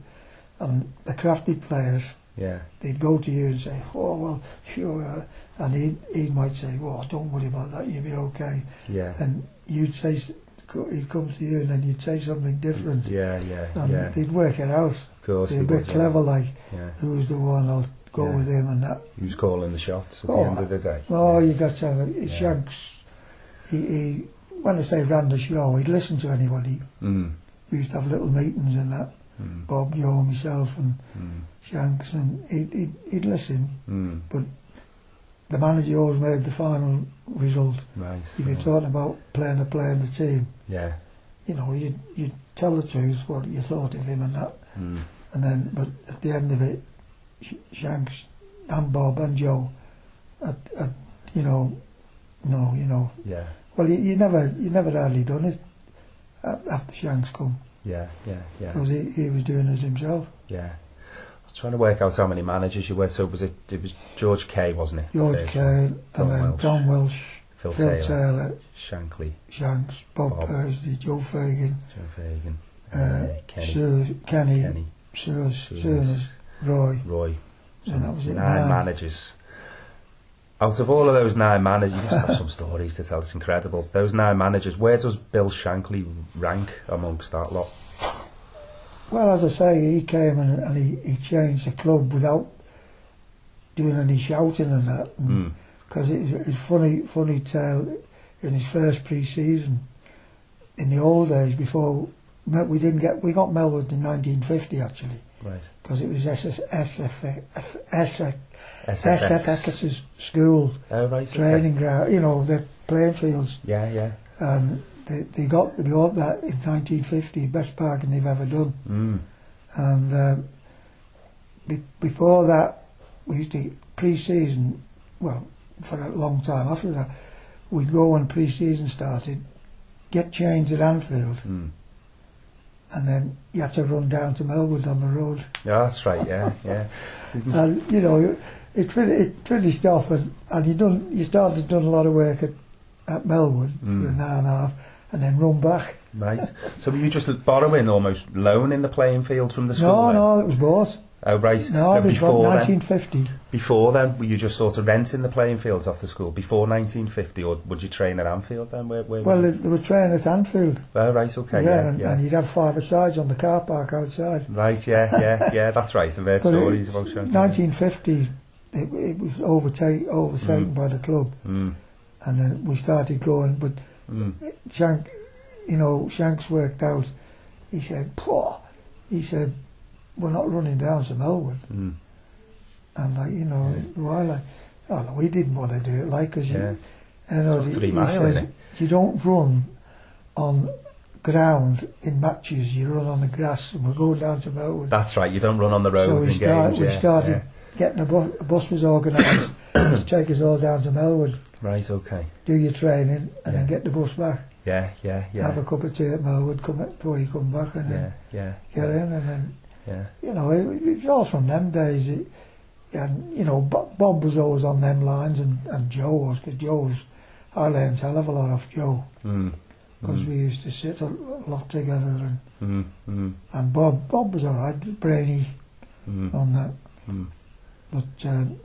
Speaker 1: and the crafty players,
Speaker 2: Yeah,
Speaker 1: they'd go to you and say, oh, well, sure. uh," And he, he might say, well, don't worry about that, you'll be okay.
Speaker 2: yeah.
Speaker 1: And you'd say, s- co- he'd come to you and then you'd say something different.
Speaker 2: Yeah, yeah,
Speaker 1: And
Speaker 2: yeah.
Speaker 1: they'd work it out.
Speaker 2: Of course,
Speaker 1: They're a
Speaker 2: they
Speaker 1: bit
Speaker 2: would,
Speaker 1: clever, like,
Speaker 2: Yeah. yeah.
Speaker 1: who's the one, I'll go
Speaker 2: Yeah.
Speaker 1: with him and that.
Speaker 2: Who's calling the shots at
Speaker 1: Oh,
Speaker 2: the end of the day?
Speaker 1: Oh,
Speaker 2: yeah.
Speaker 1: you got to have it. It's
Speaker 2: Yeah.
Speaker 1: Shanks. He, he, when I say ran the show, he'd listen to anybody.
Speaker 2: Mm,
Speaker 1: We used to have little meetings and that.
Speaker 2: mm,
Speaker 1: Bob, Joe, myself, and
Speaker 2: mm,
Speaker 1: Shanks, and he'd, he'd, he'd listen.
Speaker 2: mm.
Speaker 1: The manager always made the final result.
Speaker 2: Right.
Speaker 1: If you're
Speaker 2: right.
Speaker 1: talking about playing a player in the team,
Speaker 2: Hmm. Yeah.
Speaker 1: you know, you'd, you'd tell the truth, what you thought of him and that.
Speaker 2: Mm,
Speaker 1: And then, but at the end of it, Sh- Shanks and Bob and Joe, at, at, you know, no, you know,
Speaker 2: yeah.
Speaker 1: Well, you, you never, you never hardly done it a- after Shanks come
Speaker 2: Yeah. Yeah. Yeah.
Speaker 1: because he, he was doing it himself.
Speaker 2: Yeah. I was trying to work out how many managers you were. So was it? It was George K, wasn't it?
Speaker 1: George
Speaker 2: First
Speaker 1: Kerr and
Speaker 2: Tom
Speaker 1: then
Speaker 2: Welsh.
Speaker 1: Tom Welsh,
Speaker 2: one. Phil,
Speaker 1: Phil
Speaker 2: Taylor,
Speaker 1: Taylor,
Speaker 2: Shankly,
Speaker 1: Shanks, Bob,
Speaker 2: Bob.
Speaker 1: Paisley, Joe Fagan,
Speaker 2: Joe Fagan,
Speaker 1: Uh,
Speaker 2: Kenny,
Speaker 1: Sir, Kenny,
Speaker 2: Kenny,
Speaker 1: Sir,
Speaker 2: Sears.
Speaker 1: Sears, Roy.
Speaker 2: Roy. So
Speaker 1: And that was it, nine.
Speaker 2: nine managers. Out of all of those nine managers, you must have some stories to tell. It's incredible. Those nine managers. Where does Bill Shankly rank amongst that lot?
Speaker 1: Well, as I say, he came and, and he, he changed the club without doing any shouting and that. And
Speaker 2: Mm.
Speaker 1: because it, was- it's funny, funny tale. In his first pre-season, in the old days before Mel- we didn't get, we got Melwood in 1950 actually,
Speaker 2: Right.
Speaker 1: because it was SS, SF, F- SF,
Speaker 2: SFX.
Speaker 1: SFX's school
Speaker 2: Oh, right. okay.
Speaker 1: training ground. You know, the playing fields,
Speaker 2: Yeah, yeah.
Speaker 1: and they, they got they got that in 1950, best bargain they've ever done.
Speaker 2: Mm.
Speaker 1: And um, be- before that, we used to pre-season. Well, for a long time after that, we'd go when pre-season started, get changed at Anfield,
Speaker 2: Mm.
Speaker 1: and then you had to run down to Melwood on the road.
Speaker 2: Yeah, that's right. Yeah, yeah. Hmm.
Speaker 1: And you know, it really it finished off, and, and you done you started done a lot of work at at Melwood for
Speaker 2: Mm.
Speaker 1: an hour and a half, and then run back.
Speaker 2: Right. So were you just borrowing, almost loaning the playing fields from the school?
Speaker 1: No,
Speaker 2: then?
Speaker 1: no, it was both.
Speaker 2: Oh, right.
Speaker 1: No, it was
Speaker 2: before
Speaker 1: from
Speaker 2: then?
Speaker 1: 1950.
Speaker 2: Before then, were you just sort of renting the playing fields off the school before 1950, or would you train at Anfield then? Where, where
Speaker 1: Well, they, they were training at Anfield.
Speaker 2: oh, right, okay,
Speaker 1: yeah,
Speaker 2: yeah,
Speaker 1: and,
Speaker 2: yeah.
Speaker 1: and you'd have five sides on the car park outside.
Speaker 2: right, yeah, yeah, yeah, that's right. I've heard
Speaker 1: But it-
Speaker 2: stories about Shanky.
Speaker 1: 1950, it, it was overtake,
Speaker 2: Mm-hmm.
Speaker 1: overtaken by the club,
Speaker 2: Mm,
Speaker 1: and then we started going. But
Speaker 2: mm,
Speaker 1: Shank, you know, Shanks worked out. He said, "Poor," he said, "We're not running down to Melwood."
Speaker 2: mm,
Speaker 1: And like, you know, why like, oh, no, we didn't want to do it, like, because
Speaker 2: yeah,
Speaker 1: you, you know,
Speaker 2: It's a
Speaker 1: he-
Speaker 2: three
Speaker 1: he
Speaker 2: mile,
Speaker 1: says,
Speaker 2: isn't it?
Speaker 1: you don't run on ground in matches. You run on the grass, and we're going down to Melwood.
Speaker 2: that's right. You don't run on the roads
Speaker 1: So we,
Speaker 2: in
Speaker 1: start,
Speaker 2: games.
Speaker 1: we
Speaker 2: yeah,
Speaker 1: started
Speaker 2: yeah.
Speaker 1: getting a bus, a bus was organised to take us all down to Melwood,
Speaker 2: Right, okay.
Speaker 1: do your training, and
Speaker 2: Yeah.
Speaker 1: then get the bus back.
Speaker 2: Yeah, yeah, yeah.
Speaker 1: Have a cup of tea at Melwood come, before you come back, and
Speaker 2: yeah,
Speaker 1: then
Speaker 2: yeah,
Speaker 1: get
Speaker 2: yeah,
Speaker 1: in. And then,
Speaker 2: yeah.
Speaker 1: you know, it, it was all from them days. It, and, you know, Bo- Bob was always on them lines, and, and Joe was, because Joe was, I learned a hell of a lot off Joe,
Speaker 2: Mm,
Speaker 1: because
Speaker 2: mm,
Speaker 1: we used to sit a lot together. And,
Speaker 2: mm, mm,
Speaker 1: and Bob, Bob was all right, brainy
Speaker 2: mm,
Speaker 1: on that.
Speaker 2: mm,
Speaker 1: But um,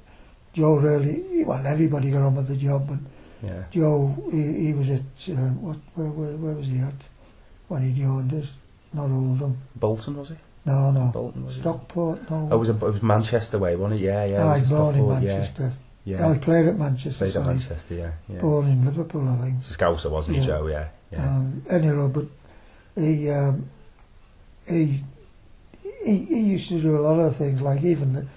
Speaker 1: Joe really, well, everybody got on with the job, but
Speaker 2: yeah.
Speaker 1: Joe, he, he was at, um, what, where, where, where was he at when he joined us? Not Oldham.
Speaker 2: Bolton was it?
Speaker 1: No, no.
Speaker 2: Bolton was it?
Speaker 1: Stockport, no.
Speaker 2: Oh, it was, a, it was Manchester way, wasn't it? Yeah, yeah. it
Speaker 1: I
Speaker 2: was a
Speaker 1: born in
Speaker 2: Stockport,
Speaker 1: Manchester.
Speaker 2: Yeah, yeah.
Speaker 1: No, he played at Manchester,
Speaker 2: Played at
Speaker 1: sorry.
Speaker 2: Manchester, yeah. yeah.
Speaker 1: Born in Liverpool, I think.
Speaker 2: It's a Scouser, wasn't he,
Speaker 1: Yeah.
Speaker 2: Joe? Yeah. Yeah.
Speaker 1: Um, anyhow, but he, um, he, he, he used to do a lot of things, like even the,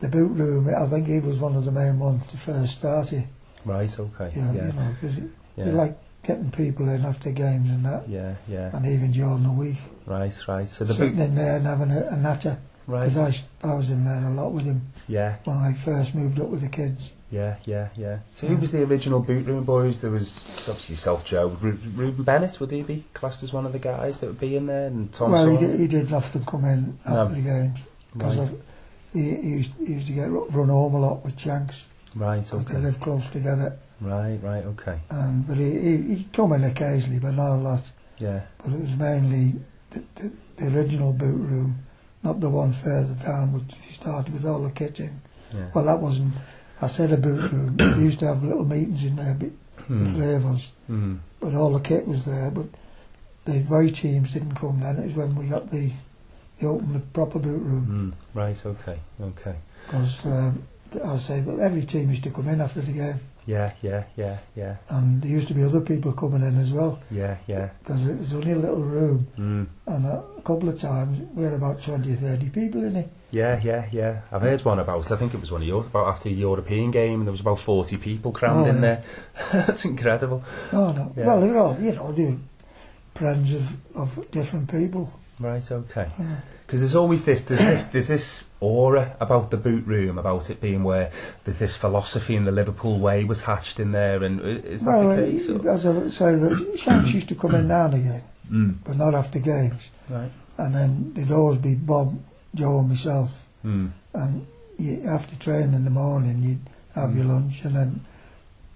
Speaker 1: the boot room, I think he was one of the main ones to first start it.
Speaker 2: right, okay.
Speaker 1: Yeah,
Speaker 2: Yeah.
Speaker 1: you
Speaker 2: Yeah.
Speaker 1: know, 'cause it-
Speaker 2: Yeah.
Speaker 1: You like getting people in after games and that,
Speaker 2: yeah,
Speaker 1: and even during the week,
Speaker 2: Right, right. So the
Speaker 1: sitting
Speaker 2: boot.
Speaker 1: in there and having a, a natter.
Speaker 2: Right.
Speaker 1: Because I, s- I was in there a lot with him
Speaker 2: Yeah,
Speaker 1: when I first moved up with the kids.
Speaker 2: yeah, yeah, yeah. So who was the original boot room boys? There was obviously self Joe. Ru- Ruben Bennett, would he be classed as one of the guys that would be in there? And Tom
Speaker 1: well, he
Speaker 2: Sawn?
Speaker 1: did, he did often come in after
Speaker 2: No.
Speaker 1: the games because
Speaker 2: Right,
Speaker 1: he, he, used, he used to get ru- run home a lot with Chanks
Speaker 2: right,
Speaker 1: because they
Speaker 2: okay.
Speaker 1: lived close together.
Speaker 2: Right, right, okay.
Speaker 1: And but he, he he'd come in occasionally, but not a lot.
Speaker 2: Yeah,
Speaker 1: But it was mainly the, the, the original boot room, not the one further down, which he started with all the kitchen.
Speaker 2: yeah.
Speaker 1: Well, that wasn't. I said a boot room. we used to have little meetings in there, be- the
Speaker 2: Hmm.
Speaker 1: three of us.
Speaker 2: Hmm.
Speaker 1: But all the kit was there, but the away teams didn't come then. It was when we got the, the open, the proper boot room.
Speaker 2: Hmm. Right, okay, okay.
Speaker 1: Because um, th- I say that every team used to come in after the game.
Speaker 2: Yeah, yeah, yeah, yeah,
Speaker 1: And there used to be other people coming in as well,
Speaker 2: yeah, yeah.
Speaker 1: because it was only a little room.
Speaker 2: Mm.
Speaker 1: And a couple of times, we had about 20, 30 people in it.
Speaker 2: Yeah, yeah, yeah. I've heard one about. I think it was one of your about after the European game, and there was about forty people crammed
Speaker 1: Oh,
Speaker 2: in
Speaker 1: yeah.
Speaker 2: there. That's incredible,
Speaker 1: No, Oh, no.
Speaker 2: Yeah.
Speaker 1: Well, they were all, you know, they were friends of, of different people.
Speaker 2: right? Okay,
Speaker 1: you know.
Speaker 2: because there's always this, there's this, there's this aura about the boot room, about it being where there's this philosophy in the Liverpool way was hatched in there, and i- is that
Speaker 1: well,
Speaker 2: the case? Or?
Speaker 1: uh, as I say, the Shanks used to come in now and again,
Speaker 2: Mm.
Speaker 1: but not after games.
Speaker 2: Right.
Speaker 1: And then there'd always be Bob, Joe, and myself.
Speaker 2: Mm. Mm.
Speaker 1: And you, after training in the morning, you'd have your lunch, and then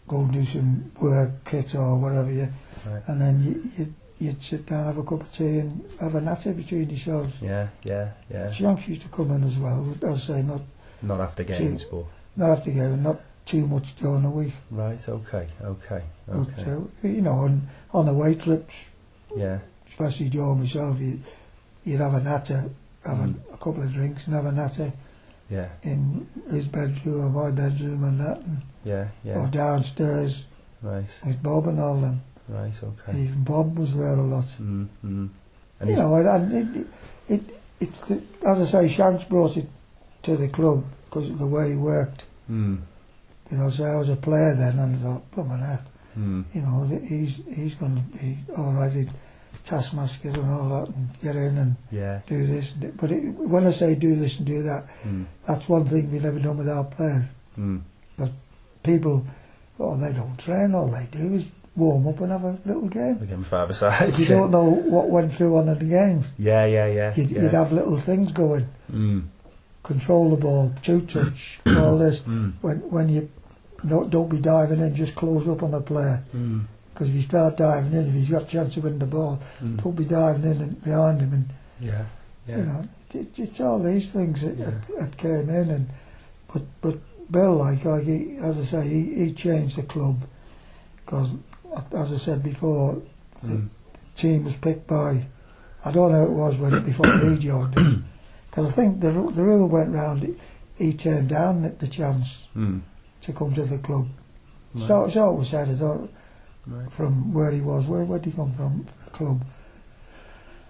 Speaker 1: go and do some work, kit or whatever, you,
Speaker 2: Right.
Speaker 1: and then you, you, you'd sit down, have a cup of tea and have a natter between yourselves.
Speaker 2: Yeah, yeah, yeah.
Speaker 1: Shanks used to come in as well, as I say, not,
Speaker 2: Not after games, but
Speaker 1: not after game, not too much during the week.
Speaker 2: right. Okay, okay,
Speaker 1: But,
Speaker 2: okay.
Speaker 1: uh, you know, on, on the away trips,
Speaker 2: Yeah,
Speaker 1: especially during myself, you, you'd have a natter, have
Speaker 2: Mm.
Speaker 1: a, a couple of drinks and have a natter
Speaker 2: yeah,
Speaker 1: in his bedroom or my bedroom and that, and,
Speaker 2: yeah,
Speaker 1: or
Speaker 2: yeah.
Speaker 1: downstairs
Speaker 2: Right,
Speaker 1: with Bob and all them.
Speaker 2: right.
Speaker 1: And
Speaker 2: Okay.
Speaker 1: even Bob was there a lot.
Speaker 2: Mm, mm. And
Speaker 1: you
Speaker 2: he's,
Speaker 1: know, and, and it, it, it's the, as I say, Shanks brought it to the club because of the way he worked.
Speaker 2: mm,
Speaker 1: Because I was a player then, and I thought, blooming heck,
Speaker 2: mm.
Speaker 1: you know, th- he's he's going to be all right, he'd taskmaster and all that, and get in and
Speaker 2: Yeah.
Speaker 1: do this. And do, but it, when I say do this and do that,
Speaker 2: Mm,
Speaker 1: that's one thing we never done with our players.
Speaker 2: mm.
Speaker 1: People, oh, they don't train, all they do is warm up and have a little game.
Speaker 2: We gave him five aside.
Speaker 1: You don't know what went through on in the games.
Speaker 2: Yeah, yeah, yeah.
Speaker 1: You'd,
Speaker 2: yeah.
Speaker 1: you'd have little things going.
Speaker 2: mm,
Speaker 1: control the ball, two touch, all this.
Speaker 2: mm,
Speaker 1: When when you not don't be diving in, just close up on the player.
Speaker 2: mm,
Speaker 1: Because if you start diving in, if he's got a chance of winning the ball,
Speaker 2: mm.
Speaker 1: don't be diving in and behind him. And
Speaker 2: Yeah,
Speaker 1: you
Speaker 2: yeah.
Speaker 1: know, it, it, it's all these things that,
Speaker 2: Yeah.
Speaker 1: that, that came in. And but but Bill, like like he, as I say, he, he changed the club because as I said before, the
Speaker 2: Mm,
Speaker 1: team was picked by. I don't know who it was when before he joined us. Because I think the ru- the rumour went round he, he turned down the- the chance
Speaker 2: mm.
Speaker 1: to come to the club.
Speaker 2: Right,
Speaker 1: So so it was said I thought,
Speaker 2: right.
Speaker 1: from where he was. Where where did he come from? The club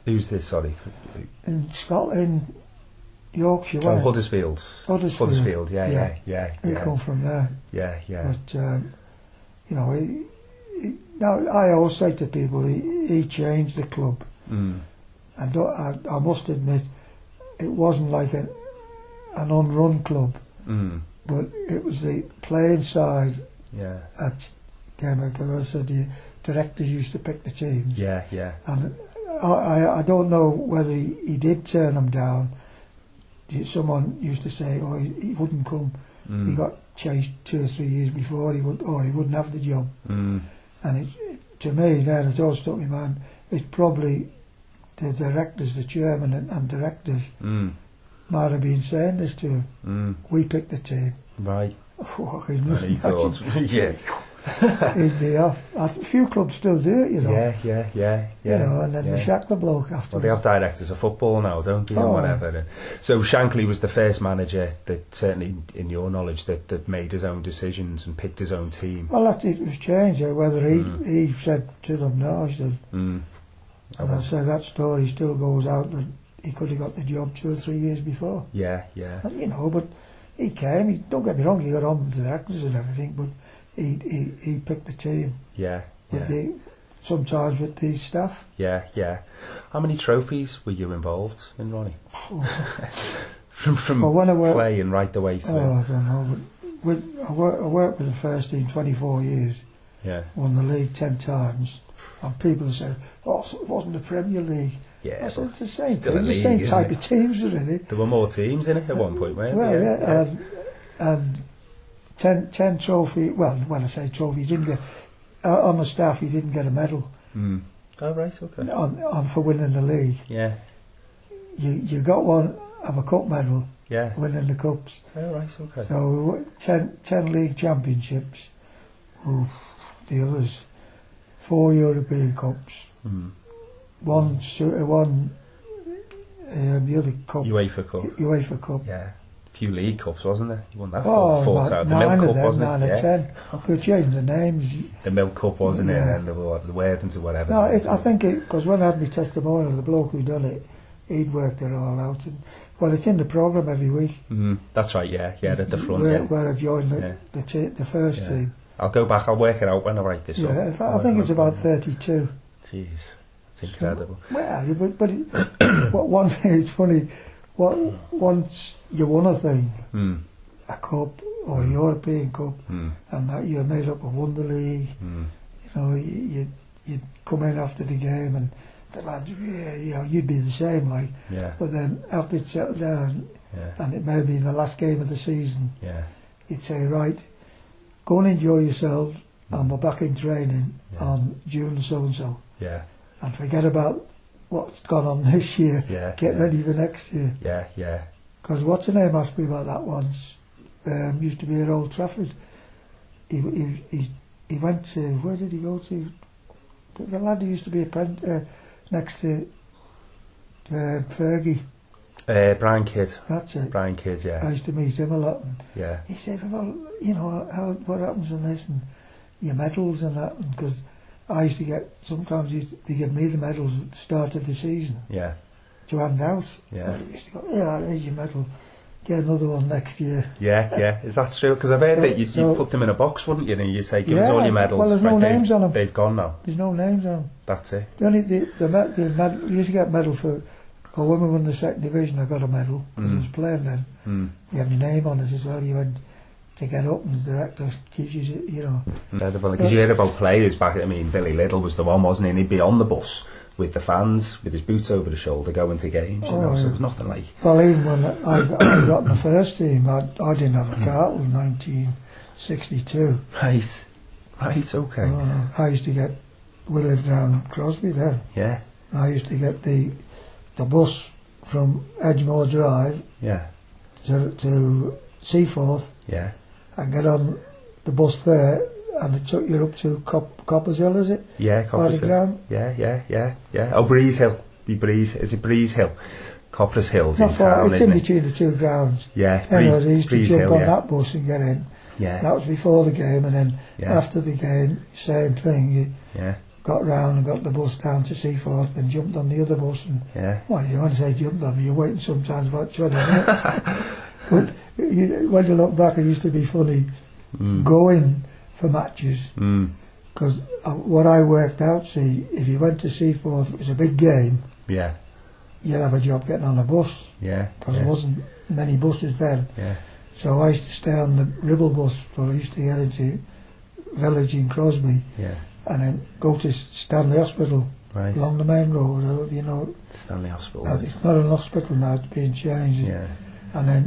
Speaker 2: Who's this? Sorry.
Speaker 1: in Scotland, Yorkshire.
Speaker 2: Oh,
Speaker 1: wasn't it?
Speaker 2: Huddersfield.
Speaker 1: Huddersfield.
Speaker 2: Huddersfield. Yeah, yeah, yeah,
Speaker 1: He
Speaker 2: yeah,
Speaker 1: come from there.
Speaker 2: yeah, yeah.
Speaker 1: But um, you know, he, he, now I always say to people, he, he changed the club.
Speaker 2: Mm,
Speaker 1: I don't. I, I must admit, it wasn't like an an unrun club,
Speaker 2: mm.
Speaker 1: but it was the playing side
Speaker 2: Yeah,
Speaker 1: at Denmark because I said the directors used to pick the teams.
Speaker 2: yeah, yeah.
Speaker 1: And I, I, I don't know whether he, he did turn them down. Someone used to say, oh, he, he wouldn't come.
Speaker 2: Mm,
Speaker 1: He got chased two or three years before, he would, or he wouldn't have the job.
Speaker 2: Mm,
Speaker 1: And it, to me, then it all stuck in my mind. It's probably the directors, the chairman and, and directors,
Speaker 2: mm,
Speaker 1: might have been saying this to him.
Speaker 2: mm.
Speaker 1: We picked the team.
Speaker 2: Right.
Speaker 1: Oh, I can
Speaker 2: And he
Speaker 1: imagine.
Speaker 2: thought, yeah,
Speaker 1: He'd be off. A few clubs still do it, you know.
Speaker 2: yeah, yeah, yeah,
Speaker 1: you
Speaker 2: yeah.
Speaker 1: know, and then
Speaker 2: yeah.
Speaker 1: they sack the bloke after.
Speaker 2: Well, they have directors of football now, don't they,
Speaker 1: Oh.
Speaker 2: or whatever. And so Shankly was the first manager that, certainly in your knowledge, that, that made his own decisions and picked his own team.
Speaker 1: Well, that it was changed. eh, Whether he
Speaker 2: Mm.
Speaker 1: he said to them no, he said,
Speaker 2: Mm.
Speaker 1: and I say that story still goes out that he could have got the job two or three years before.
Speaker 2: Yeah, yeah,
Speaker 1: And, you know, but he came. He, don't get me wrong, he got on with the actors and everything, but he he, he picked the team
Speaker 2: yeah,
Speaker 1: with
Speaker 2: yeah,
Speaker 1: the sometimes with the staff.
Speaker 2: yeah, yeah. How many trophies were you involved in, Ronnie? from from
Speaker 1: Well, when I worked,
Speaker 2: playing right the way through.
Speaker 1: oh, I don't know, but with, I worked I worked with the first team 24 years.
Speaker 2: Yeah,
Speaker 1: won the league ten times, and people say, "Oh, so it wasn't the Premier League."
Speaker 2: yeah.
Speaker 1: I said,
Speaker 2: but
Speaker 1: "It's the same
Speaker 2: still a
Speaker 1: thing, the
Speaker 2: league,
Speaker 1: same
Speaker 2: isn't
Speaker 1: type
Speaker 2: it?"
Speaker 1: of teams, isn't it?"
Speaker 2: There were more teams in it at one point, weren't
Speaker 1: Well,
Speaker 2: there?
Speaker 1: yeah, uh, and, and ten, ten trophy. Well, when I say trophy, he didn't get uh, on the staff. He didn't get a medal
Speaker 2: Mm. Oh, right, okay.
Speaker 1: on, on for winning the league.
Speaker 2: Yeah,
Speaker 1: You you got one of a cup medal
Speaker 2: yeah.
Speaker 1: winning the cups.
Speaker 2: Oh, right, okay.
Speaker 1: So we won 10, 10 league championships. Oof, the others, four European cups.
Speaker 2: mm.
Speaker 1: one su- uh, one um, the other cup
Speaker 2: UEFA E Cup.
Speaker 1: UEFA cup
Speaker 2: Yeah. A few League Cups, wasn't there? You won that
Speaker 1: oh
Speaker 2: four, four
Speaker 1: about
Speaker 2: times. The
Speaker 1: nine
Speaker 2: Milk
Speaker 1: of
Speaker 2: Cup,
Speaker 1: them
Speaker 2: wasn't
Speaker 1: nine
Speaker 2: it?
Speaker 1: or
Speaker 2: Yeah.
Speaker 1: ten could change the names
Speaker 2: The Milk Cup, wasn't it?
Speaker 1: Yeah.
Speaker 2: And then the, what, the Worthington or whatever.
Speaker 1: no it, I think it because when I had my testimonial the bloke who done it he'd worked it all out and well it's in the programme every week
Speaker 2: Mm, that's right, yeah. Yeah, at the front.
Speaker 1: where,
Speaker 2: yeah.
Speaker 1: where I joined the,
Speaker 2: Yeah.
Speaker 1: the, te- the first
Speaker 2: Yeah.
Speaker 1: team
Speaker 2: I'll go back, I'll work it out when I write this up.
Speaker 1: yeah I, th-
Speaker 2: I'll
Speaker 1: I think
Speaker 2: work
Speaker 1: it's
Speaker 2: it out.
Speaker 1: about 32
Speaker 2: Jeez, it's incredible.
Speaker 1: well you- but, but it, what one it's funny what, once you won a thing
Speaker 2: Mm,
Speaker 1: a cup or a European cup
Speaker 2: mm,
Speaker 1: and that you were made up of won the league.
Speaker 2: mm.
Speaker 1: You know, you, you you'd come in after the game and the lads, yeah, you know, you'd be the same like.
Speaker 2: Yeah,
Speaker 1: But then after it settled down,
Speaker 2: yeah,
Speaker 1: and it may be in the last game of the season,
Speaker 2: yeah.
Speaker 1: you'd say, right, go and enjoy yourselves. and we're back in training
Speaker 2: Yeah.
Speaker 1: on June so and so.
Speaker 2: Yeah,
Speaker 1: And forget about what's gone on this year.
Speaker 2: yeah.
Speaker 1: Get
Speaker 2: yeah,
Speaker 1: ready for next year.
Speaker 2: Yeah, yeah.
Speaker 1: Because what's her name asked me about that once. Um, used to be at Old Trafford. He he he, he went to where did he go to? The, the lad who used to be a friend uh, next to uh, Fergie.
Speaker 2: Uh, Brian Kidd.
Speaker 1: That's it.
Speaker 2: Brian Kidd,
Speaker 1: I
Speaker 2: yeah.
Speaker 1: used to meet him a lot. And
Speaker 2: Yeah,
Speaker 1: he said, "Well, you know, how what happens in this and your medals and that?" Because I used to get sometimes used to, they give me the medals at the start of the season
Speaker 2: yeah,
Speaker 1: to hand out.
Speaker 2: yeah.
Speaker 1: And he used to go, "Yeah, here's your medal. Get another one next year."
Speaker 2: Yeah, yeah. Is that true? Because I've heard that you'd,
Speaker 1: So-
Speaker 2: you'd put them in a box, wouldn't you? And you'd say, give us all
Speaker 1: Yeah,
Speaker 2: your medals.
Speaker 1: well, there's no
Speaker 2: they've-
Speaker 1: names on 'em.
Speaker 2: They've gone now.
Speaker 1: There's no names on 'em.
Speaker 2: That's it.
Speaker 1: The only the the, med, the med, you used to get a medal for a woman won the second division. I got a medal because I
Speaker 2: Mm.
Speaker 1: was playing then.
Speaker 2: Mm.
Speaker 1: You had my name on it as well. You went to get up and the director gives you you know
Speaker 2: Incredible. Because you heard about players back. I mean, Billy Little was the one, wasn't he? And he'd be on the bus with the fans, with his boots over the shoulder, going to games. You
Speaker 1: Oh,
Speaker 2: know, so
Speaker 1: yeah.
Speaker 2: there was nothing like.
Speaker 1: Well, even when I got, I got in the first team, I, I didn't have
Speaker 2: Mm.
Speaker 1: a car till 1962.
Speaker 2: Right, right, okay.
Speaker 1: Uh, I used to get, we lived around Crosby then.
Speaker 2: Yeah,
Speaker 1: I used to get the the bus from Edgemore Drive
Speaker 2: yeah,
Speaker 1: to, to Seaforth
Speaker 2: yeah,
Speaker 1: and get on the bus there and it took you up to Cop, Coppers Hill, is it?
Speaker 2: yeah.
Speaker 1: By
Speaker 2: Copper's
Speaker 1: the
Speaker 2: Hill.
Speaker 1: ground.
Speaker 2: Yeah, yeah, yeah, yeah. Oh, Breeze Hill. Be Breeze. Is it Breeze Hill? Copper's Hill's
Speaker 1: Not
Speaker 2: in
Speaker 1: far,
Speaker 2: town,
Speaker 1: it's in
Speaker 2: isn't it?
Speaker 1: between the two grounds.
Speaker 2: Yeah,
Speaker 1: Anyway,
Speaker 2: Bree-
Speaker 1: they used to
Speaker 2: Breeze
Speaker 1: jump
Speaker 2: Hill.
Speaker 1: on
Speaker 2: Yeah,
Speaker 1: that bus and get in.
Speaker 2: yeah,
Speaker 1: That was before the game and then
Speaker 2: yeah,
Speaker 1: after the game, same thing. You,
Speaker 2: yeah,
Speaker 1: got round and got the bus down to Seaforth and jumped on the other bus and
Speaker 2: yeah.
Speaker 1: well you want to say jumped on me you're waiting sometimes about 20 minutes but you, when you look back it used to be funny
Speaker 2: Mm.
Speaker 1: going for matches
Speaker 2: Mm.
Speaker 1: because what I worked out see if you went to Seaforth it was a big game
Speaker 2: Yeah,
Speaker 1: you'd have a job getting on a bus
Speaker 2: yeah,
Speaker 1: because there
Speaker 2: yeah,
Speaker 1: wasn't many buses then
Speaker 2: yeah,
Speaker 1: so I used to stay on the Ribble bus but I used to get into village in Crosby
Speaker 2: yeah.
Speaker 1: and then go to Stanley Hospital
Speaker 2: Right.
Speaker 1: along the main road uh, you know
Speaker 2: Stanley Hospital.
Speaker 1: Uh, it's not an hospital now, it's being changed.
Speaker 2: Oh, Yeah.
Speaker 1: And then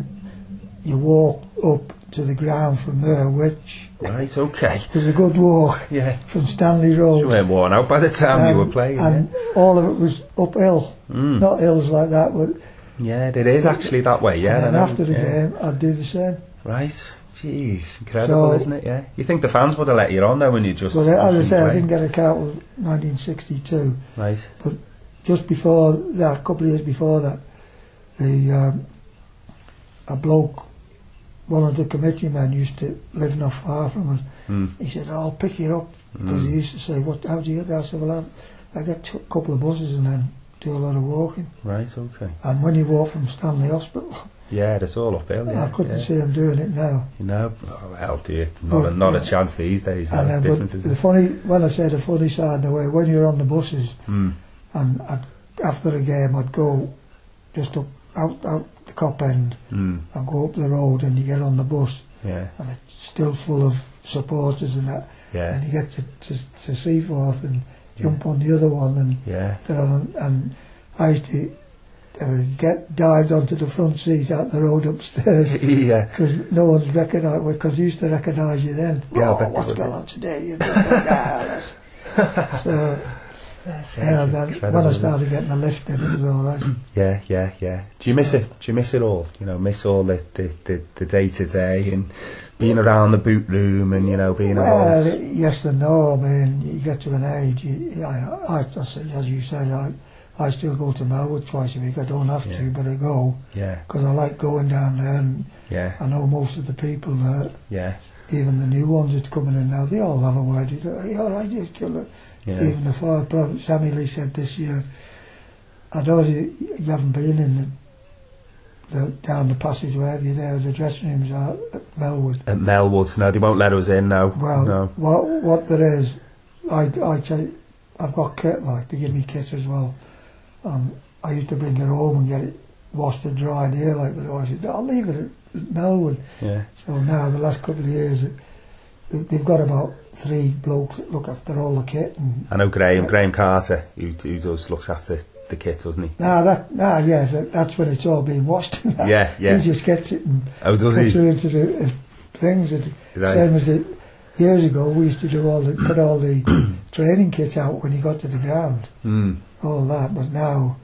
Speaker 1: you walk up to the ground from there, which
Speaker 2: Right. Okay.
Speaker 1: was a good walk
Speaker 2: Yeah.
Speaker 1: from Stanley
Speaker 2: You
Speaker 1: Road.
Speaker 2: weren't worn out by the time you
Speaker 1: Um,
Speaker 2: were playing.
Speaker 1: and all of it was uphill,
Speaker 2: yeah. Mm.
Speaker 1: not hills like that. But
Speaker 2: yeah, it is actually that way. Yeah.
Speaker 1: and then
Speaker 2: I know.
Speaker 1: after the
Speaker 2: yeah.
Speaker 1: game, I'd do the same.
Speaker 2: Right. Jeez, incredible,
Speaker 1: So-
Speaker 2: isn't it? Yeah. You think the fans would have let you on though when you just.
Speaker 1: But as I
Speaker 2: just
Speaker 1: say, I
Speaker 2: play.
Speaker 1: didn't get a car till 1962.
Speaker 2: Right.
Speaker 1: Just before that, a couple of years before that, the um, a bloke, one of the committee men, used to live not far from us.
Speaker 2: Mm.
Speaker 1: He said, "I'll pick you up." Because he
Speaker 2: Mm.
Speaker 1: used to say, "What? How do you get there?" I said, "Well, I, I get t- a couple of buses and then do a lot of walking."
Speaker 2: Right. Okay.
Speaker 1: And when you walk from Stanley Hospital,
Speaker 2: Yeah, it's all uphill. Yeah.
Speaker 1: I couldn't
Speaker 2: yeah.
Speaker 1: see him doing it now.
Speaker 2: You know, oh, hell, dear, not a
Speaker 1: Well,
Speaker 2: not a
Speaker 1: yeah.
Speaker 2: chance these days.
Speaker 1: and
Speaker 2: That's
Speaker 1: then, but
Speaker 2: different,
Speaker 1: the
Speaker 2: isn't it?
Speaker 1: funny, when I say the funny side in the way, when you're on the buses
Speaker 2: Mm.
Speaker 1: and I'd, after a game, I'd go just up out out the cop end
Speaker 2: Mm.
Speaker 1: and go up the road, and you get on the bus,
Speaker 2: Yeah.
Speaker 1: and it's still full of supporters and that,
Speaker 2: Yeah.
Speaker 1: and you get to to, to Seaforth and
Speaker 2: Yeah.
Speaker 1: jump on the other one and.
Speaker 2: Yeah.
Speaker 1: you know, and, and um, I used to uh, get dived onto the front seat out the road upstairs
Speaker 2: yeah.
Speaker 1: because no one's recognised because they used to recognise you then.
Speaker 2: Yeah, I bet
Speaker 1: oh,
Speaker 2: they
Speaker 1: what's
Speaker 2: would.
Speaker 1: going on today? You know, yeah, that's- "Ah, so
Speaker 2: That's
Speaker 1: yeah, then
Speaker 2: incredible,
Speaker 1: when I
Speaker 2: isn't it?
Speaker 1: started getting the lift, then it was all right.
Speaker 2: Yeah, yeah, yeah. Do you miss it? Do you miss it all? You know, miss all the the the, the day to day and being around the boot room and you know being
Speaker 1: well,
Speaker 2: involved.
Speaker 1: yes and no. I mean, you get to an age. You, I, I, I, say- as you say, I, I still go to Melwood twice a week. I don't have
Speaker 2: Yeah.
Speaker 1: to, but I go
Speaker 2: Yeah,
Speaker 1: because I like going down there, and
Speaker 2: yeah,
Speaker 1: I know most of the people there.
Speaker 2: yeah,
Speaker 1: even the new ones that's coming in now, they all have a word. You think, "Are you all right, you kill it.
Speaker 2: yeah,
Speaker 1: Even the fire problem, Sammy Lee said this year, I know you, you haven't been in the, the down the passage wherever you there, the dressing rooms are at Melwood.
Speaker 2: At Melwood, no, they won't let us in. No,
Speaker 1: Well,
Speaker 2: no.
Speaker 1: what what there is, I I take, I've got kit like they give me kit as well. Um, I used to bring it home and get it washed and dried here, like but I said, I'll leave it at Melwood.
Speaker 2: Yeah,
Speaker 1: So now the last couple of years, it- they've got about three blokes that look after all the kit. And
Speaker 2: I know Graham Graham Carter, who who does looks after the kit, doesn't he?
Speaker 1: now that now yeah, that, that's when it's all being washed. and that.
Speaker 2: Yeah, yeah.
Speaker 1: He just gets it and
Speaker 2: Oh, does
Speaker 1: puts
Speaker 2: he?
Speaker 1: it into the uh, things. That,
Speaker 2: Right.
Speaker 1: Same as it. years ago, we used to do all the put all the training kit out when he got to the ground,
Speaker 2: Mm.
Speaker 1: all that. But now,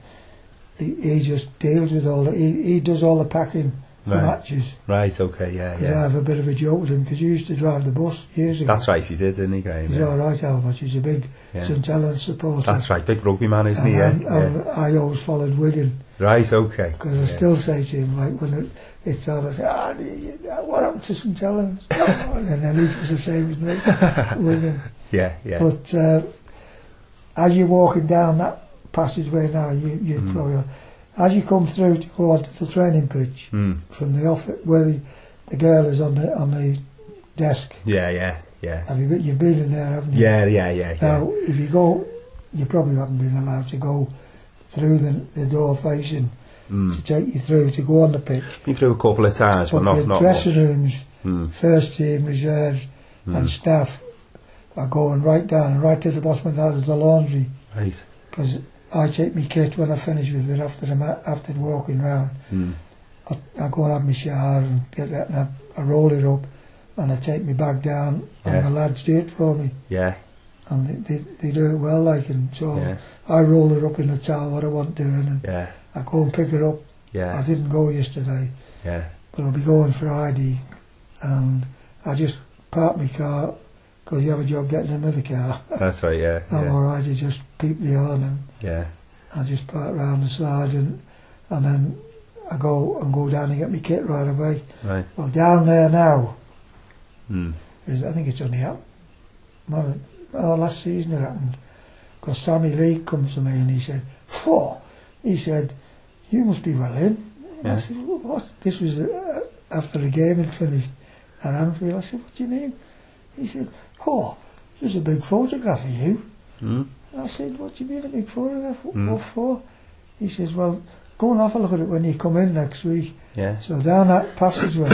Speaker 1: he, he just deals with all the he, he does all the packing for
Speaker 2: Right.
Speaker 1: matches.
Speaker 2: Right, okay, yeah,
Speaker 1: Because I
Speaker 2: yeah.
Speaker 1: have a bit of a joke with him because you used to drive the bus years ago.
Speaker 2: That's right, he did, didn't he, Graham?
Speaker 1: He's all right, Albert. He's a big
Speaker 2: Yeah.
Speaker 1: St Helens supporter.
Speaker 2: That's right, big rugby man, isn't
Speaker 1: And
Speaker 2: he? Yeah,
Speaker 1: I'm- I'm-
Speaker 2: yeah.
Speaker 1: I always followed Wigan
Speaker 2: Right, okay.
Speaker 1: because I
Speaker 2: yeah.
Speaker 1: still say to him, like, when it, it's on, I say, ah, you- you- what happened to St Helens? and then he was the same as me, Wigan.
Speaker 2: Yeah, yeah.
Speaker 1: But uh, as you're walking down that passageway now, you, you
Speaker 2: Mm.
Speaker 1: probably, as you come through to go onto the training pitch
Speaker 2: Mm.
Speaker 1: from the office where the, the girl is on the on the desk,
Speaker 2: Yeah, yeah, yeah.
Speaker 1: have you, been- you've been in there, haven't you?
Speaker 2: Yeah, yeah, yeah, yeah.
Speaker 1: Now, if you go, you probably haven't been allowed to go through the, the door facing to
Speaker 2: Mm.
Speaker 1: take you through to go on the pitch.
Speaker 2: Been through a couple of times, but
Speaker 1: But
Speaker 2: not,
Speaker 1: the
Speaker 2: not much.
Speaker 1: dressing rooms,
Speaker 2: Mm.
Speaker 1: first team, reserves, and
Speaker 2: Mm.
Speaker 1: staff are going right down, right to the bottom of that is the laundry.
Speaker 2: Right.
Speaker 1: Because I take my kit when I finish with it after the ma- after walking round.
Speaker 2: Mm.
Speaker 1: I, I go and have my shower and get that, and I, I roll it up, and I take my bag down,
Speaker 2: Yeah.
Speaker 1: and the lads do it for me,
Speaker 2: Yeah,
Speaker 1: and they, they, they do it well, like and so.
Speaker 2: yeah,
Speaker 1: I roll her up in the towel, what I want doing, and
Speaker 2: yeah,
Speaker 1: I go and pick her up. I
Speaker 2: yeah,
Speaker 1: didn't go yesterday,
Speaker 2: yeah.
Speaker 1: but I'll be going Friday, and I just park my car because you have a job getting another car.
Speaker 2: That's right, yeah,
Speaker 1: I'm
Speaker 2: yeah,
Speaker 1: all right, you just peep the horn, and
Speaker 2: yeah.
Speaker 1: I just park round the side, and and then I go and go down and get my kit right away.
Speaker 2: Right.
Speaker 1: Well, down there now
Speaker 2: Mm.
Speaker 1: is I think it's only happened. Well, oh, last season it happened. Because Tommy Lee comes to me and he said, "Phew," he said, you must be well in. I
Speaker 2: Yeah.
Speaker 1: said, "Wha- what? This was uh, after the game had finished at Anfield. I said, what do you mean? He said, oh, there's a big photograph of you.
Speaker 2: Mm.
Speaker 1: I said, what do you mean a big photograph?
Speaker 2: Mm.
Speaker 1: What for? He says, well, go and have a look at it when you come in next week.
Speaker 2: Yeah.
Speaker 1: So down that passageway,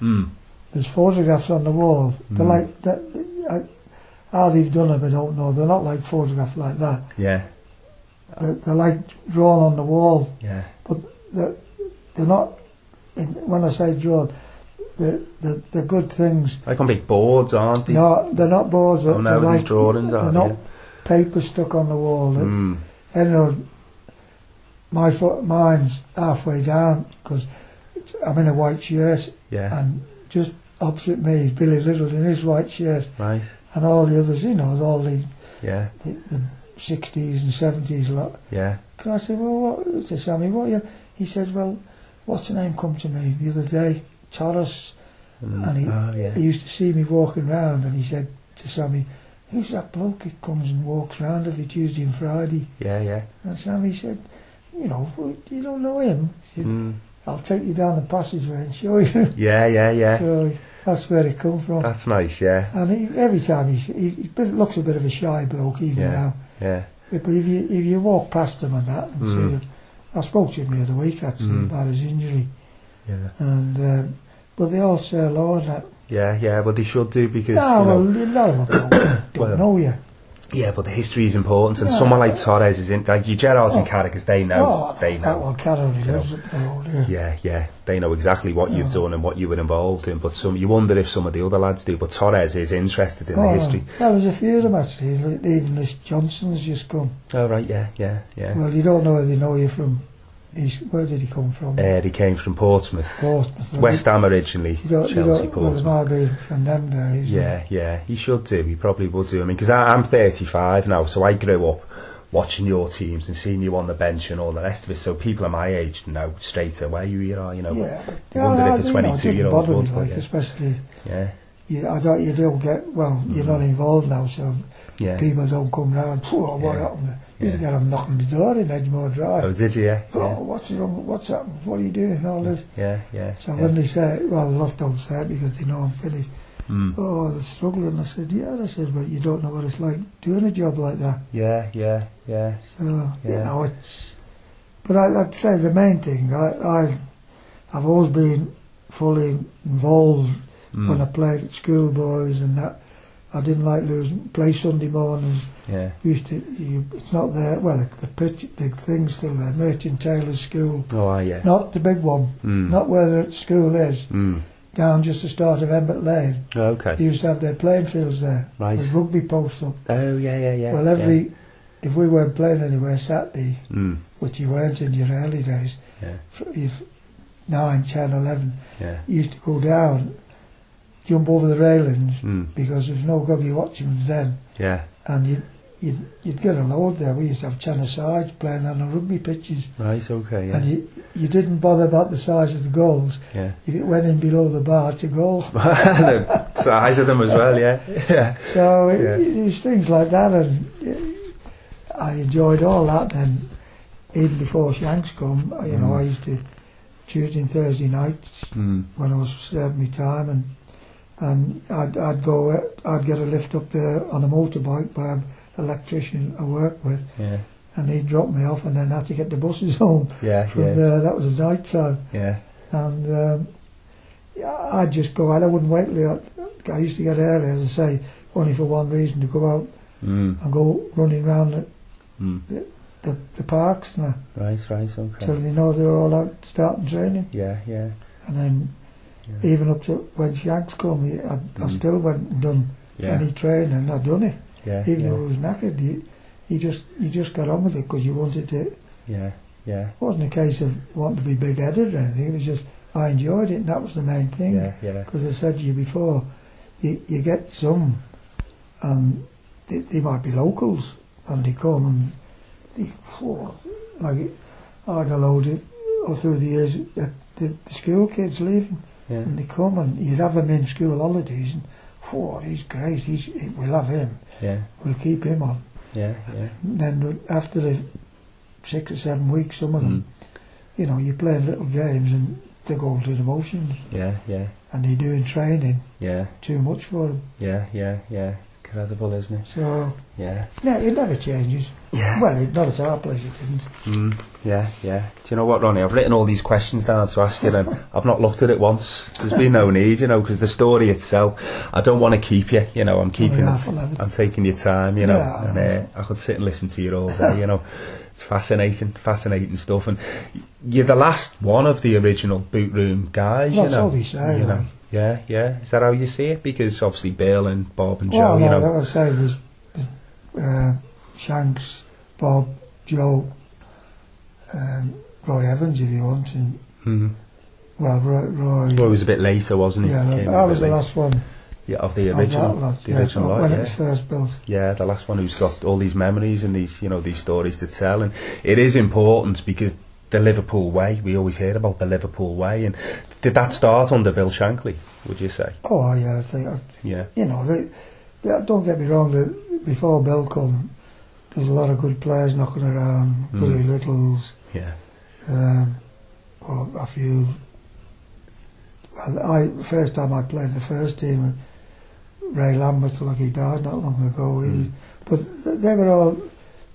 Speaker 2: Mm.
Speaker 1: there's photographs on the wall. They're
Speaker 2: Mm.
Speaker 1: like that. I, how they've done them, I don't know. They're not like photographs like that.
Speaker 2: Yeah,
Speaker 1: They're, they're like drawn on the wall.
Speaker 2: yeah,
Speaker 1: They're, they're not. in- When I say drawn, they're, they're, they're good things.
Speaker 2: like on big boards, aren't they?
Speaker 1: No, they're not boards. They're,
Speaker 2: oh, no,
Speaker 1: they're
Speaker 2: these
Speaker 1: like
Speaker 2: drawings,
Speaker 1: they're
Speaker 2: aren't
Speaker 1: not
Speaker 2: they?
Speaker 1: paper stuck on the wall. They're-
Speaker 2: Mm.
Speaker 1: And uh, my foot, mine's halfway down because I'm in a white shirt,
Speaker 2: Yeah,
Speaker 1: and just opposite me is Billy Little in his white shirt.
Speaker 2: right.
Speaker 1: and all the others, you know, all the,
Speaker 2: Yeah,
Speaker 1: the, the 60s and 70s lot.
Speaker 2: yeah,
Speaker 1: And I said, well, what, to Sammy, what are you? He said, well, what's the name come to me the other day? Torres.
Speaker 2: mm.
Speaker 1: And he-
Speaker 2: oh, yeah.
Speaker 1: He used to see me walking round and he said to Sammy, who's that bloke who comes and walks round every Tuesday and Friday?
Speaker 2: yeah, yeah,
Speaker 1: And Sammy said, you know, well, you don't know him. He said,
Speaker 2: mm.
Speaker 1: I'll take you down the passageway and show you.
Speaker 2: yeah, yeah, yeah.
Speaker 1: so that's where it come from.
Speaker 2: That's nice. Yeah,
Speaker 1: And he, every time he's, he's, he looks a bit of a shy bloke even
Speaker 2: Yeah.
Speaker 1: now.
Speaker 2: yeah,
Speaker 1: Yeah, but if you if you walk past him and that and see
Speaker 2: Mm.
Speaker 1: him, I spoke to him the other week actually
Speaker 2: Mm.
Speaker 1: about his injury,
Speaker 2: yeah,
Speaker 1: and um, but they all say a lot. Like,
Speaker 2: yeah, yeah. Well, they should do because
Speaker 1: no,
Speaker 2: you know,
Speaker 1: well, a lot of them don't, don't
Speaker 2: Well,
Speaker 1: know you.
Speaker 2: Yeah, but the history is important, and
Speaker 1: Yeah.
Speaker 2: someone like Torres is in, like your Gerrards and
Speaker 1: Oh.
Speaker 2: Carragher's. They know,
Speaker 1: oh,
Speaker 2: they
Speaker 1: That
Speaker 2: know.
Speaker 1: one, Carol, he
Speaker 2: You
Speaker 1: lives up the road here.
Speaker 2: Yeah, yeah, they know exactly what you've
Speaker 1: Yeah.
Speaker 2: done and what you were involved in. But some, you wonder if some of the other lads do. But Torres is interested in the
Speaker 1: Oh,
Speaker 2: history.
Speaker 1: Well, there's a few of them actually. like, Even this Johnson's just come.
Speaker 2: Oh right, yeah, yeah, yeah.
Speaker 1: Well, you don't know where they know you from. East, where did he come from?
Speaker 2: Uh, he came from Portsmouth,
Speaker 1: Portsmouth. or-
Speaker 2: West Ham originally,
Speaker 1: You don't, you
Speaker 2: Chelsea,
Speaker 1: don't, well, it
Speaker 2: Portsmouth.
Speaker 1: might be from them days.
Speaker 2: Yeah, yeah, he should do. He probably would do. I mean, because I'm 35 now, so I grew up watching your teams and seeing you on the bench and all the rest of it. So people of my age know straight away who you are. You know,
Speaker 1: Yeah, but
Speaker 2: You wonder
Speaker 1: no,
Speaker 2: if a
Speaker 1: you know, it
Speaker 2: 22-year-old
Speaker 1: doesn't bother
Speaker 2: would,
Speaker 1: me,
Speaker 2: but
Speaker 1: like,
Speaker 2: yeah.
Speaker 1: especially
Speaker 2: yeah,
Speaker 1: you, I don't, you don't get, well, you're
Speaker 2: Mm.
Speaker 1: not involved now, so
Speaker 2: yeah.
Speaker 1: people don't come round, oh, what
Speaker 2: Yeah.
Speaker 1: happened? You used to
Speaker 2: Yeah.
Speaker 1: get them knocking the door in Edgemore Drive.
Speaker 2: Oh, did you? Yeah,
Speaker 1: oh,
Speaker 2: yeah,
Speaker 1: what's wrong, what's happened, what are you doing, all this.
Speaker 2: yeah. yeah,
Speaker 1: So
Speaker 2: yeah.
Speaker 1: when they say, well, a lot don't say it because they know I'm finished.
Speaker 2: Mm.
Speaker 1: Oh, they're struggling. I said, yeah, I said, but you don't know what it's like doing a job like that.
Speaker 2: Yeah, yeah, yeah,
Speaker 1: So, you
Speaker 2: Yeah.
Speaker 1: know, it's... But I, I'd say the main thing, I, I, I've always been fully involved
Speaker 2: Mm.
Speaker 1: when I played at schoolboys and that. I didn't like losing. Play Sunday mornings.
Speaker 2: yeah.
Speaker 1: Used to. You, it's not there. Well, the pitch, the thing's still there. Merchant Taylor's school.
Speaker 2: Oh, ah, yeah.
Speaker 1: Not the big one.
Speaker 2: Mm.
Speaker 1: Not where the school is.
Speaker 2: Mm. Oh,
Speaker 1: down just the start of Emmett Lane. They
Speaker 2: Okay.
Speaker 1: used to have their playing fields there
Speaker 2: Right.
Speaker 1: with rugby posts up.
Speaker 2: Oh yeah, yeah, yeah.
Speaker 1: well, every if we weren't playing anywhere Saturday,
Speaker 2: yeah. Mm,
Speaker 1: which you weren't in your early days,
Speaker 2: yeah,
Speaker 1: f- if nine, ten, eleven,
Speaker 2: yeah.
Speaker 1: you used to go down, jump over the railings
Speaker 2: Mm,
Speaker 1: because there was no gobby watching then,
Speaker 2: yeah.
Speaker 1: and you'd, you'd you'd get a load there. We used to have ten sides playing on the rugby pitches,
Speaker 2: Right. Okay.
Speaker 1: and
Speaker 2: Yeah.
Speaker 1: you you didn't bother about the size of the goals.
Speaker 2: Yeah.
Speaker 1: If it went in below the bar, it's a goal.
Speaker 2: the size of them as well. Yeah. Yeah.
Speaker 1: So it,
Speaker 2: Yeah.
Speaker 1: it was things like that, and uh, I enjoyed all that. Then, even before Shanks come, I- you know,
Speaker 2: Mm.
Speaker 1: I used to Tuesday and Thursday nights
Speaker 2: Mm,
Speaker 1: when I was serving my time, and and I'd I'd go, uh, I'd get a lift up there on a motorbike by an electrician I worked with,
Speaker 2: yeah.
Speaker 1: and he'd drop me off, and then had to get the buses home
Speaker 2: Yeah.
Speaker 1: from
Speaker 2: Yeah.
Speaker 1: there. That was the night time,
Speaker 2: Yeah.
Speaker 1: and. Um, yeah, I'd just go out. I wouldn't wait late. I used to get early, as I say, only for one reason to go out
Speaker 2: Mm,
Speaker 1: and go running round the,
Speaker 2: mm.
Speaker 1: the, the parks and that,
Speaker 2: Right. Right. Okay.
Speaker 1: till they know they're all out starting training.
Speaker 2: yeah. Yeah.
Speaker 1: And then
Speaker 2: Yeah.
Speaker 1: even up to when Shanks come, I, I, I
Speaker 2: Mm.
Speaker 1: still went and done
Speaker 2: Yeah.
Speaker 1: any training. and I done it,
Speaker 2: Yeah.
Speaker 1: even
Speaker 2: yeah.
Speaker 1: though I was knackered. You, you just you just got on with it because you wanted to. It
Speaker 2: Yeah, yeah,
Speaker 1: wasn't a case of wanting to be big headed or anything. It was just I enjoyed it, and that was the main thing.
Speaker 2: yeah, yeah,
Speaker 1: Because I said to you before, you, you get some, and they, they might be locals, and they come and they, whoa, like I had a load of, all through the years, the, the, the school kids leaving,
Speaker 2: yeah,
Speaker 1: and they come and you'd have them in school holidays, and whoa, he's great, he's, we'll have him,
Speaker 2: yeah,
Speaker 1: we'll keep him on.
Speaker 2: yeah, yeah.
Speaker 1: And then after the six or seven weeks, some of
Speaker 2: Mm.
Speaker 1: them, you know, you're playing little games and they're going through the motions,
Speaker 2: Yeah, yeah,
Speaker 1: and they're doing training
Speaker 2: yeah,
Speaker 1: too much for them.
Speaker 2: yeah, yeah, yeah. Incredible, isn't it?
Speaker 1: So,
Speaker 2: Yeah.
Speaker 1: no, it never changes.
Speaker 2: Yeah.
Speaker 1: Well, it, not at our place, it didn't.
Speaker 2: Mm, yeah, yeah. Do you know what, Ronnie? I've written all these questions down to ask you, and I've not looked at it once. There's been no need, you know, because the story itself, I don't want to keep you, you know, I'm keeping
Speaker 1: Only
Speaker 2: it.
Speaker 1: half eleven.
Speaker 2: I'm taking your time, you know,
Speaker 1: Oh, Yeah.
Speaker 2: and uh, I could sit and listen to you all day, you know. It's fascinating, fascinating stuff. And you're the last one of the original boot room guys, you
Speaker 1: That's
Speaker 2: know.
Speaker 1: all they say,
Speaker 2: you know.
Speaker 1: like.
Speaker 2: Yeah, yeah. Is that how you see it? Because obviously Bill and Bob and Joe,
Speaker 1: Well,
Speaker 2: you
Speaker 1: no,
Speaker 2: know.
Speaker 1: like I say, there's uh, Shanks, Bob, Joe, um, Roy Evans, if you want, and,
Speaker 2: Mhm.
Speaker 1: well, Roy, Roy
Speaker 2: Well, it was a bit later, wasn't it?
Speaker 1: yeah,
Speaker 2: Came
Speaker 1: no,
Speaker 2: in
Speaker 1: I
Speaker 2: a
Speaker 1: was the
Speaker 2: bit late.
Speaker 1: last one
Speaker 2: yeah, of the
Speaker 1: of that
Speaker 2: original,
Speaker 1: lot,
Speaker 2: the
Speaker 1: yeah,
Speaker 2: original lot,
Speaker 1: when
Speaker 2: yeah.
Speaker 1: it was first built.
Speaker 2: Yeah, the last one who's got all these memories and these, you know, these stories to tell. And it is important because the Liverpool way, we always hear about the Liverpool way. And did that start under Bill Shankly, would you say?
Speaker 1: Oh, yeah, I think, I,
Speaker 2: Yeah.
Speaker 1: you know, they, they, don't get me wrong, that before Bill come, there was a lot of good players knocking around,
Speaker 2: Mm.
Speaker 1: Billy Littles,
Speaker 2: Yeah.
Speaker 1: Um, well, a few. Well, I first time I played the first team, Ray Lambert, like he died not long ago. He,
Speaker 2: Mm.
Speaker 1: But th- they were all,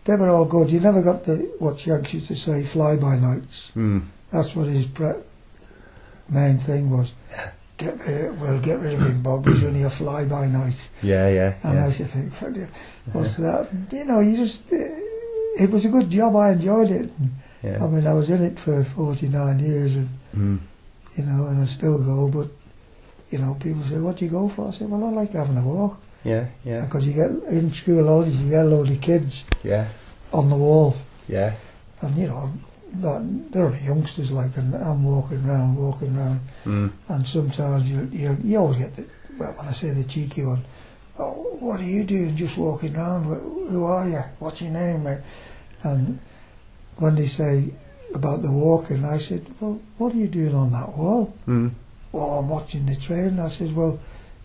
Speaker 1: they were all good. You never got the what Yanks used to say, fly by nights.
Speaker 2: Mm.
Speaker 1: That's what his pre- main thing was. Get rid of, well, get rid of him, Bob. He's only a fly by night.
Speaker 2: Yeah, yeah,
Speaker 1: And I
Speaker 2: yeah.
Speaker 1: used to think, "Fuck you, what's that? You know, you just. It was a good job. I enjoyed it. I
Speaker 2: yeah.
Speaker 1: mean, I was in it for 49 years, and
Speaker 2: Mm.
Speaker 1: you know, and I still go. But you know, people say, "What do you go for?" I say, "Well, I like having a walk
Speaker 2: Yeah, yeah,
Speaker 1: because you get in school holidays, you get a load of kids
Speaker 2: yeah,
Speaker 1: on the wall,
Speaker 2: yeah,
Speaker 1: and you know, that, they're only youngsters like, and I'm walking round, walking round,
Speaker 2: mm.
Speaker 1: and sometimes you you you always get the well, when I say the cheeky one. Oh, what are you doing? Just walking round? Wh- Who are you? What's your name, mate? And when they say about the walking, I said, well, what are you doing on that wall?
Speaker 2: Mm.
Speaker 1: Oh, I'm watching the train. I said, well,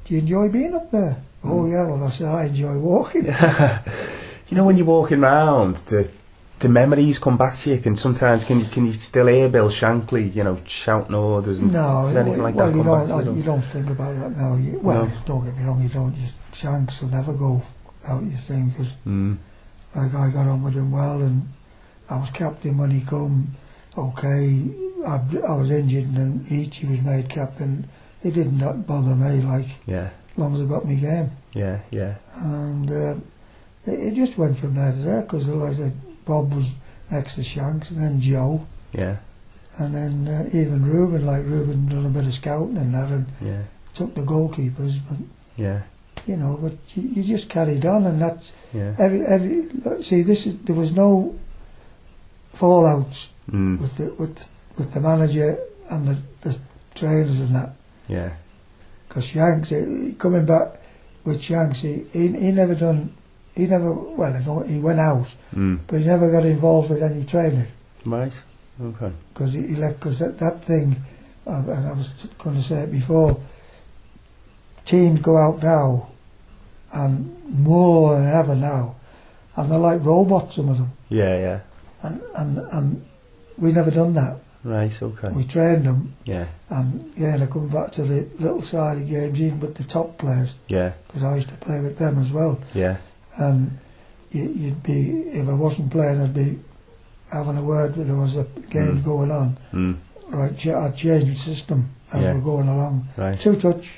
Speaker 1: do you enjoy being up there?
Speaker 2: Hmm.
Speaker 1: Oh, yeah. Well, I said, I enjoy walking.
Speaker 2: you know, when you're walking round, the the memories come back to you. Can sometimes can can you still hear Bill Shankly, you know, shouting orders and
Speaker 1: No,
Speaker 2: does anything like
Speaker 1: well,
Speaker 2: that
Speaker 1: you
Speaker 2: come back
Speaker 1: don't,
Speaker 2: to you?
Speaker 1: you don't think about that now. You, well,
Speaker 2: No.
Speaker 1: don't get me wrong, you don't. Just Shanks will never go out your thing because
Speaker 2: Mm.
Speaker 1: like, I got on with him well and I was captain when he come. Okay, I, I was injured and then each he was made captain. It didn't that bother me, like,
Speaker 2: Yeah,
Speaker 1: as long as I got my game.
Speaker 2: yeah, yeah,
Speaker 1: and uh, it, it just went from there to there because like I said, Bob was next to Shanks and then Joe
Speaker 2: yeah.
Speaker 1: And then uh, even Ruben, like Ruben, done a bit of scouting in that and
Speaker 2: yeah,
Speaker 1: took the goalkeepers. But
Speaker 2: yeah,
Speaker 1: you know, but you, you just carried on, and that's
Speaker 2: yeah.
Speaker 1: every every. look, See, this is there was no fallouts
Speaker 2: Mm,
Speaker 1: with the with with the manager and the, the trainers and that.
Speaker 2: yeah,
Speaker 1: Because Yanks, eh, coming back with Yanks, he, he he never done. He never well, I know he went out,
Speaker 2: mm.
Speaker 1: but he never got involved with any training.
Speaker 2: Right. Okay.
Speaker 1: because he, he left because that, that thing uh, and I was going to say it before teams go out now and more than ever now and they're like robots some of them
Speaker 2: Yeah, yeah.
Speaker 1: and and, and we never done that
Speaker 2: Right. Okay.
Speaker 1: we trained them
Speaker 2: Yeah,
Speaker 1: and yeah they come back to the little sided games even with the top players
Speaker 2: yeah,
Speaker 1: because I used to play with them as well
Speaker 2: yeah,
Speaker 1: and you, you'd be if I wasn't playing I'd be having a word with there was a game
Speaker 2: Mm.
Speaker 1: going on
Speaker 2: mm.
Speaker 1: Right, ch- I changed the system as
Speaker 2: Yeah.
Speaker 1: we're going along.
Speaker 2: Right.
Speaker 1: Two touch,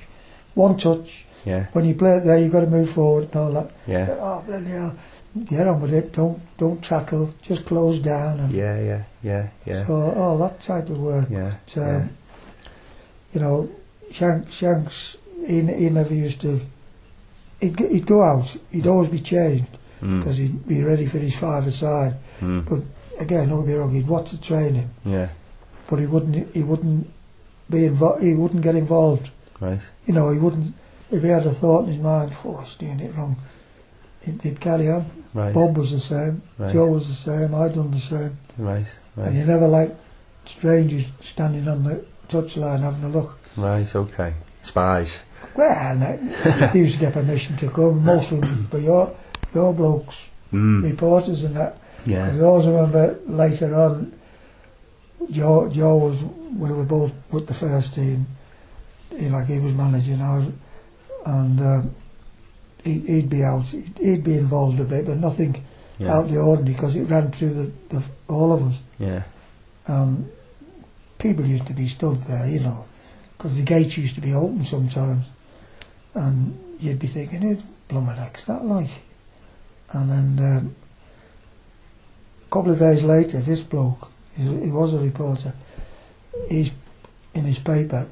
Speaker 1: one touch.
Speaker 2: Yeah,
Speaker 1: When you play it there, you've got to move forward and all that.
Speaker 2: yeah,
Speaker 1: Oh, bloody hell. Get on with it. Don't don't tackle. Just close down and
Speaker 2: yeah, yeah, yeah, yeah,
Speaker 1: all, all that type of work.
Speaker 2: yeah,
Speaker 1: But, um,
Speaker 2: yeah.
Speaker 1: You know, Shanks, Shanks he, he never used to... He'd, g- he'd go out. He'd always be changed because
Speaker 2: Mm,
Speaker 1: he'd be ready for his five-a-side.
Speaker 2: mm,
Speaker 1: Again, don't get me wrong, he'd watch the training,
Speaker 2: yeah,
Speaker 1: but he wouldn't, he wouldn't, be invo- he wouldn't get involved.
Speaker 2: right.
Speaker 1: you know, he wouldn't, if he had a thought in his mind, oh, he's doing it wrong, he'd, he'd carry on.
Speaker 2: Right,
Speaker 1: Bob was the same, Joe
Speaker 2: right,
Speaker 1: was the same, I done the same.
Speaker 2: right,
Speaker 1: And you
Speaker 2: right,
Speaker 1: never liked strangers standing on the touchline having a look.
Speaker 2: right, okay. Spies.
Speaker 1: Well, no, they used to get permission to come, most of them, but your, your blokes,
Speaker 2: Mm,
Speaker 1: reporters and that.
Speaker 2: yeah,
Speaker 1: I also remember later on, Joe, Joe was, we were both with the first team, he, like he was managing ours, and um, he, he'd be out, he'd, he'd be involved a bit, but nothing out
Speaker 2: yeah,
Speaker 1: of the ordinary because it ran through the, the all of us.
Speaker 2: yeah,
Speaker 1: Um, people used to be stood there, you know, because the gates used to be open sometimes, and you'd be thinking, "Who blooming heck's that like?" And then um, a couple of days later, this bloke, he, he was a reporter, he's in his paper.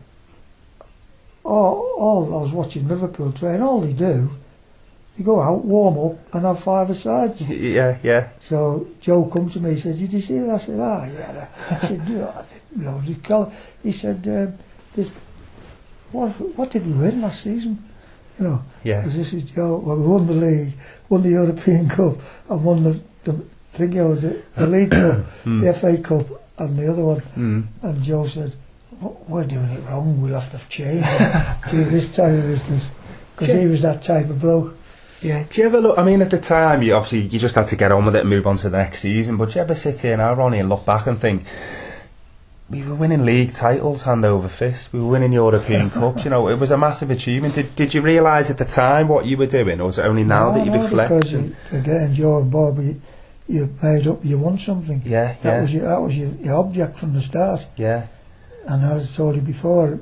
Speaker 1: All, all I was watching Liverpool train. All they do, they go out, warm up, and have five asides.
Speaker 2: yeah, yeah,
Speaker 1: So Joe come to me, he says, did you see that? I said, ah, yeah. I said, no, I said, no, you can't." He said, um, this, what, what did we win last season? You know,
Speaker 2: yeah,
Speaker 1: because this is Joe, well, we won the league, won the European Cup, and won the, the thing, you know, the, the League Cup, the
Speaker 2: mm,
Speaker 1: FA Cup, and the other one.
Speaker 2: mm,
Speaker 1: And Joe said, "W- we're doing it wrong, we'll have to change it, do this type of business. Because he was that type of bloke.
Speaker 2: yeah. Do you ever look? I mean, at the time, you obviously you just had to get on with it and move on to the next season. But do you ever sit here now, Ronnie, and look back and think? We were winning league titles hand over fist. We were winning European cups. You know, it was a massive achievement. Did, did you realise at the time what you were doing, or was it only now that you
Speaker 1: no,
Speaker 2: reflect?
Speaker 1: Because
Speaker 2: and-
Speaker 1: you, again, Joe and Bob, you, you made up, you won something.
Speaker 2: yeah,
Speaker 1: That
Speaker 2: yeah,
Speaker 1: was your, that was your, your object from the start.
Speaker 2: yeah,
Speaker 1: And as I told you before,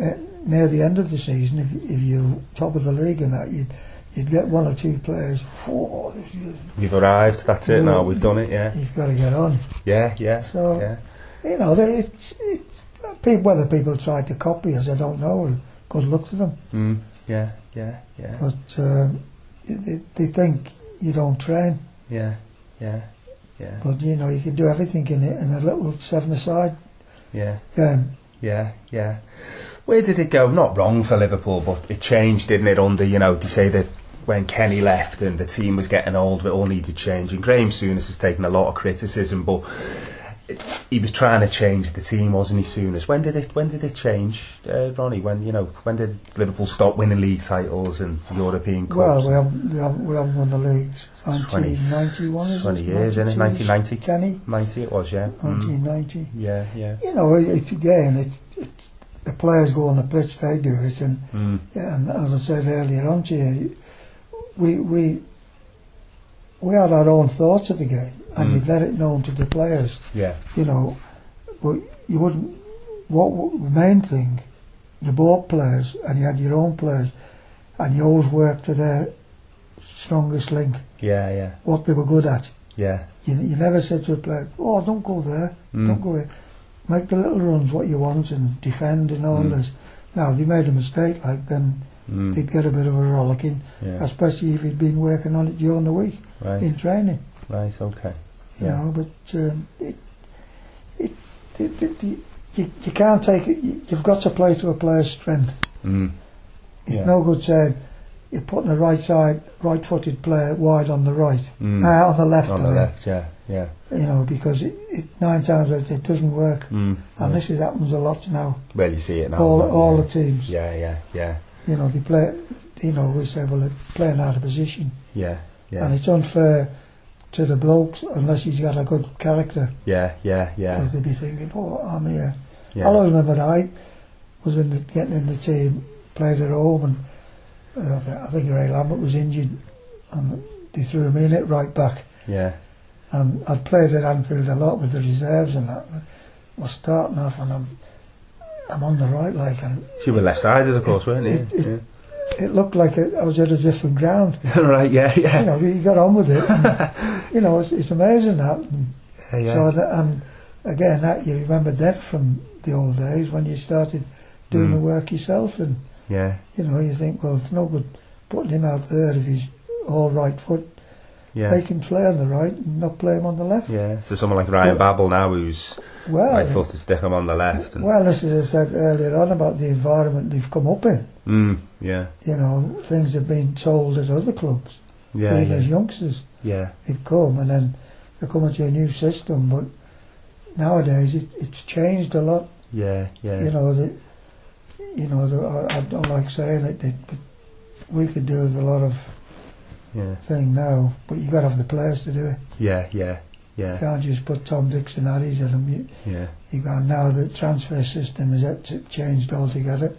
Speaker 1: eh, near the end of the season, if, if you top of the league and that, you'd, you'd get one or two players. Whoa, you-
Speaker 2: We've arrived. That's it. Now we've done it. Yeah,
Speaker 1: you've got to get on.
Speaker 2: yeah, yeah,
Speaker 1: So-
Speaker 2: yeah,
Speaker 1: You know, they- it's it's people, whether people tried to copy us, I don't know. Good luck to them,
Speaker 2: mm, yeah, yeah, yeah,
Speaker 1: but um, they, they think you don't train.
Speaker 2: yeah, yeah, yeah,
Speaker 1: But you know, you can do everything in it in a little seven-a-side
Speaker 2: yeah.
Speaker 1: game.
Speaker 2: Yeah, yeah. Where did it go? Not wrong for Liverpool, but it changed, didn't it? Under you know, they say that when Kenny left and the team was getting old, it all needed change. And Graham Souness has taken a lot of criticism, but it- he was trying to change the team, wasn't he? Souness. When did it? When did it change, uh, Ronnie? When you know? When did Liverpool stop winning league titles and European cups?
Speaker 1: Well, we haven't, we haven't, we haven't won the league since
Speaker 2: 20
Speaker 1: 1991, is it?
Speaker 2: 20 years, isn't it?
Speaker 1: 92,
Speaker 2: 1990.
Speaker 1: Kenny,
Speaker 2: Ninety it was, yeah. Mm.
Speaker 1: 1990.
Speaker 2: Yeah, yeah.
Speaker 1: You know, it- it's again, it's, it's the players go on the pitch, they do it, and,
Speaker 2: Mm.
Speaker 1: and as I said earlier on to you, we, we, we had our own thoughts of the game, and
Speaker 2: Mm.
Speaker 1: you'd let it known to the players,
Speaker 2: Yeah,
Speaker 1: you know, but you wouldn't, what, what the main thing, you bought players, and you had your own players, and you always worked to their strongest link.
Speaker 2: yeah, yeah,
Speaker 1: what they were good at.
Speaker 2: yeah.
Speaker 1: You, you never said to a player, "Oh, don't go there,
Speaker 2: Mm.
Speaker 1: don't go here." make the little runs what you want and defend and all
Speaker 2: Mm.
Speaker 1: this. Now, if you made a mistake, like then
Speaker 2: Mm.
Speaker 1: he'd get a bit of a rollicking,
Speaker 2: yeah.
Speaker 1: especially if he'd been working on it during the week
Speaker 2: Right.
Speaker 1: in training.
Speaker 2: Right. Okay.
Speaker 1: You
Speaker 2: Yeah.
Speaker 1: know, but um, it, it, it, it, you- you, you can't take it. you- You've got to play to a player's strength.
Speaker 2: Mm.
Speaker 1: It's
Speaker 2: Yeah.
Speaker 1: no good saying you're putting a right side, right-footed player wide on the right,
Speaker 2: Mm.
Speaker 1: Ah, on the left.
Speaker 2: On
Speaker 1: I
Speaker 2: the
Speaker 1: mean.
Speaker 2: left. Yeah. Yeah.
Speaker 1: you know, because it, it, nine times out of ten it doesn't work.
Speaker 2: Mm.
Speaker 1: And this is, happens a lot now.
Speaker 2: Well, you Mm. see it now.
Speaker 1: all
Speaker 2: don't you?
Speaker 1: all the teams,
Speaker 2: Yeah. Yeah. Yeah.
Speaker 1: you know, they play. You know, we say, well, they're playing out of position,
Speaker 2: Yeah.
Speaker 1: and
Speaker 2: Yeah.
Speaker 1: it's unfair to the blokes unless he's got a good character,
Speaker 2: Yeah. Yeah. Yeah.
Speaker 1: because they'd be thinking, oh, I'm here.
Speaker 2: Yeah.
Speaker 1: I always remember I was in the, getting in the team, played at home, and uh, I think Ray Lambert was injured, and they threw me in it right back.
Speaker 2: Yeah.
Speaker 1: And I'd played at Anfield a lot with the reserves and that. Was starting off, and I'm I'm on the right like, and
Speaker 2: You were left-sided, of course, weren't
Speaker 1: It-
Speaker 2: you?
Speaker 1: it- it looked like I I was at a different ground.
Speaker 2: Yeah. right. Yeah.
Speaker 1: you
Speaker 2: Yeah.
Speaker 1: know, you got on with it. And, you know, it's, it's amazing that. And
Speaker 2: Yeah.
Speaker 1: So
Speaker 2: Yeah.
Speaker 1: that, and again, that you remember that from the old days when you started doing
Speaker 2: Mm.
Speaker 1: the work yourself, and
Speaker 2: Yeah.
Speaker 1: you know, you think, well, it's no good putting him out there if he's all right foot.
Speaker 2: Yeah.
Speaker 1: Make him play on the right and not play him on the left.
Speaker 2: Yeah. So someone like
Speaker 1: Oh.
Speaker 2: Ryan Babel now, who's
Speaker 1: Well,
Speaker 2: right footed, stick him on the left. And,
Speaker 1: Oh, well, this is I said earlier on about the environment they've come up in.
Speaker 2: mm, yeah.
Speaker 1: You know, things have been told at other clubs,
Speaker 2: Yeah.
Speaker 1: even as
Speaker 2: Yeah.
Speaker 1: youngsters.
Speaker 2: Yeah.
Speaker 1: they've come and then they're coming to a new system but nowadays it, it's changed a lot
Speaker 2: Yeah.
Speaker 1: you
Speaker 2: Yeah.
Speaker 1: know the, you know the, I, I don't like saying it that- but we could do with a lot of
Speaker 2: Yeah.
Speaker 1: thing now but you got to have the players to do it
Speaker 2: Yeah. Yeah.
Speaker 1: you
Speaker 2: Yeah.
Speaker 1: can't just put Tom Dix and Harry's in them you,
Speaker 2: Yeah.
Speaker 1: you got now the transfer system is that's changed altogether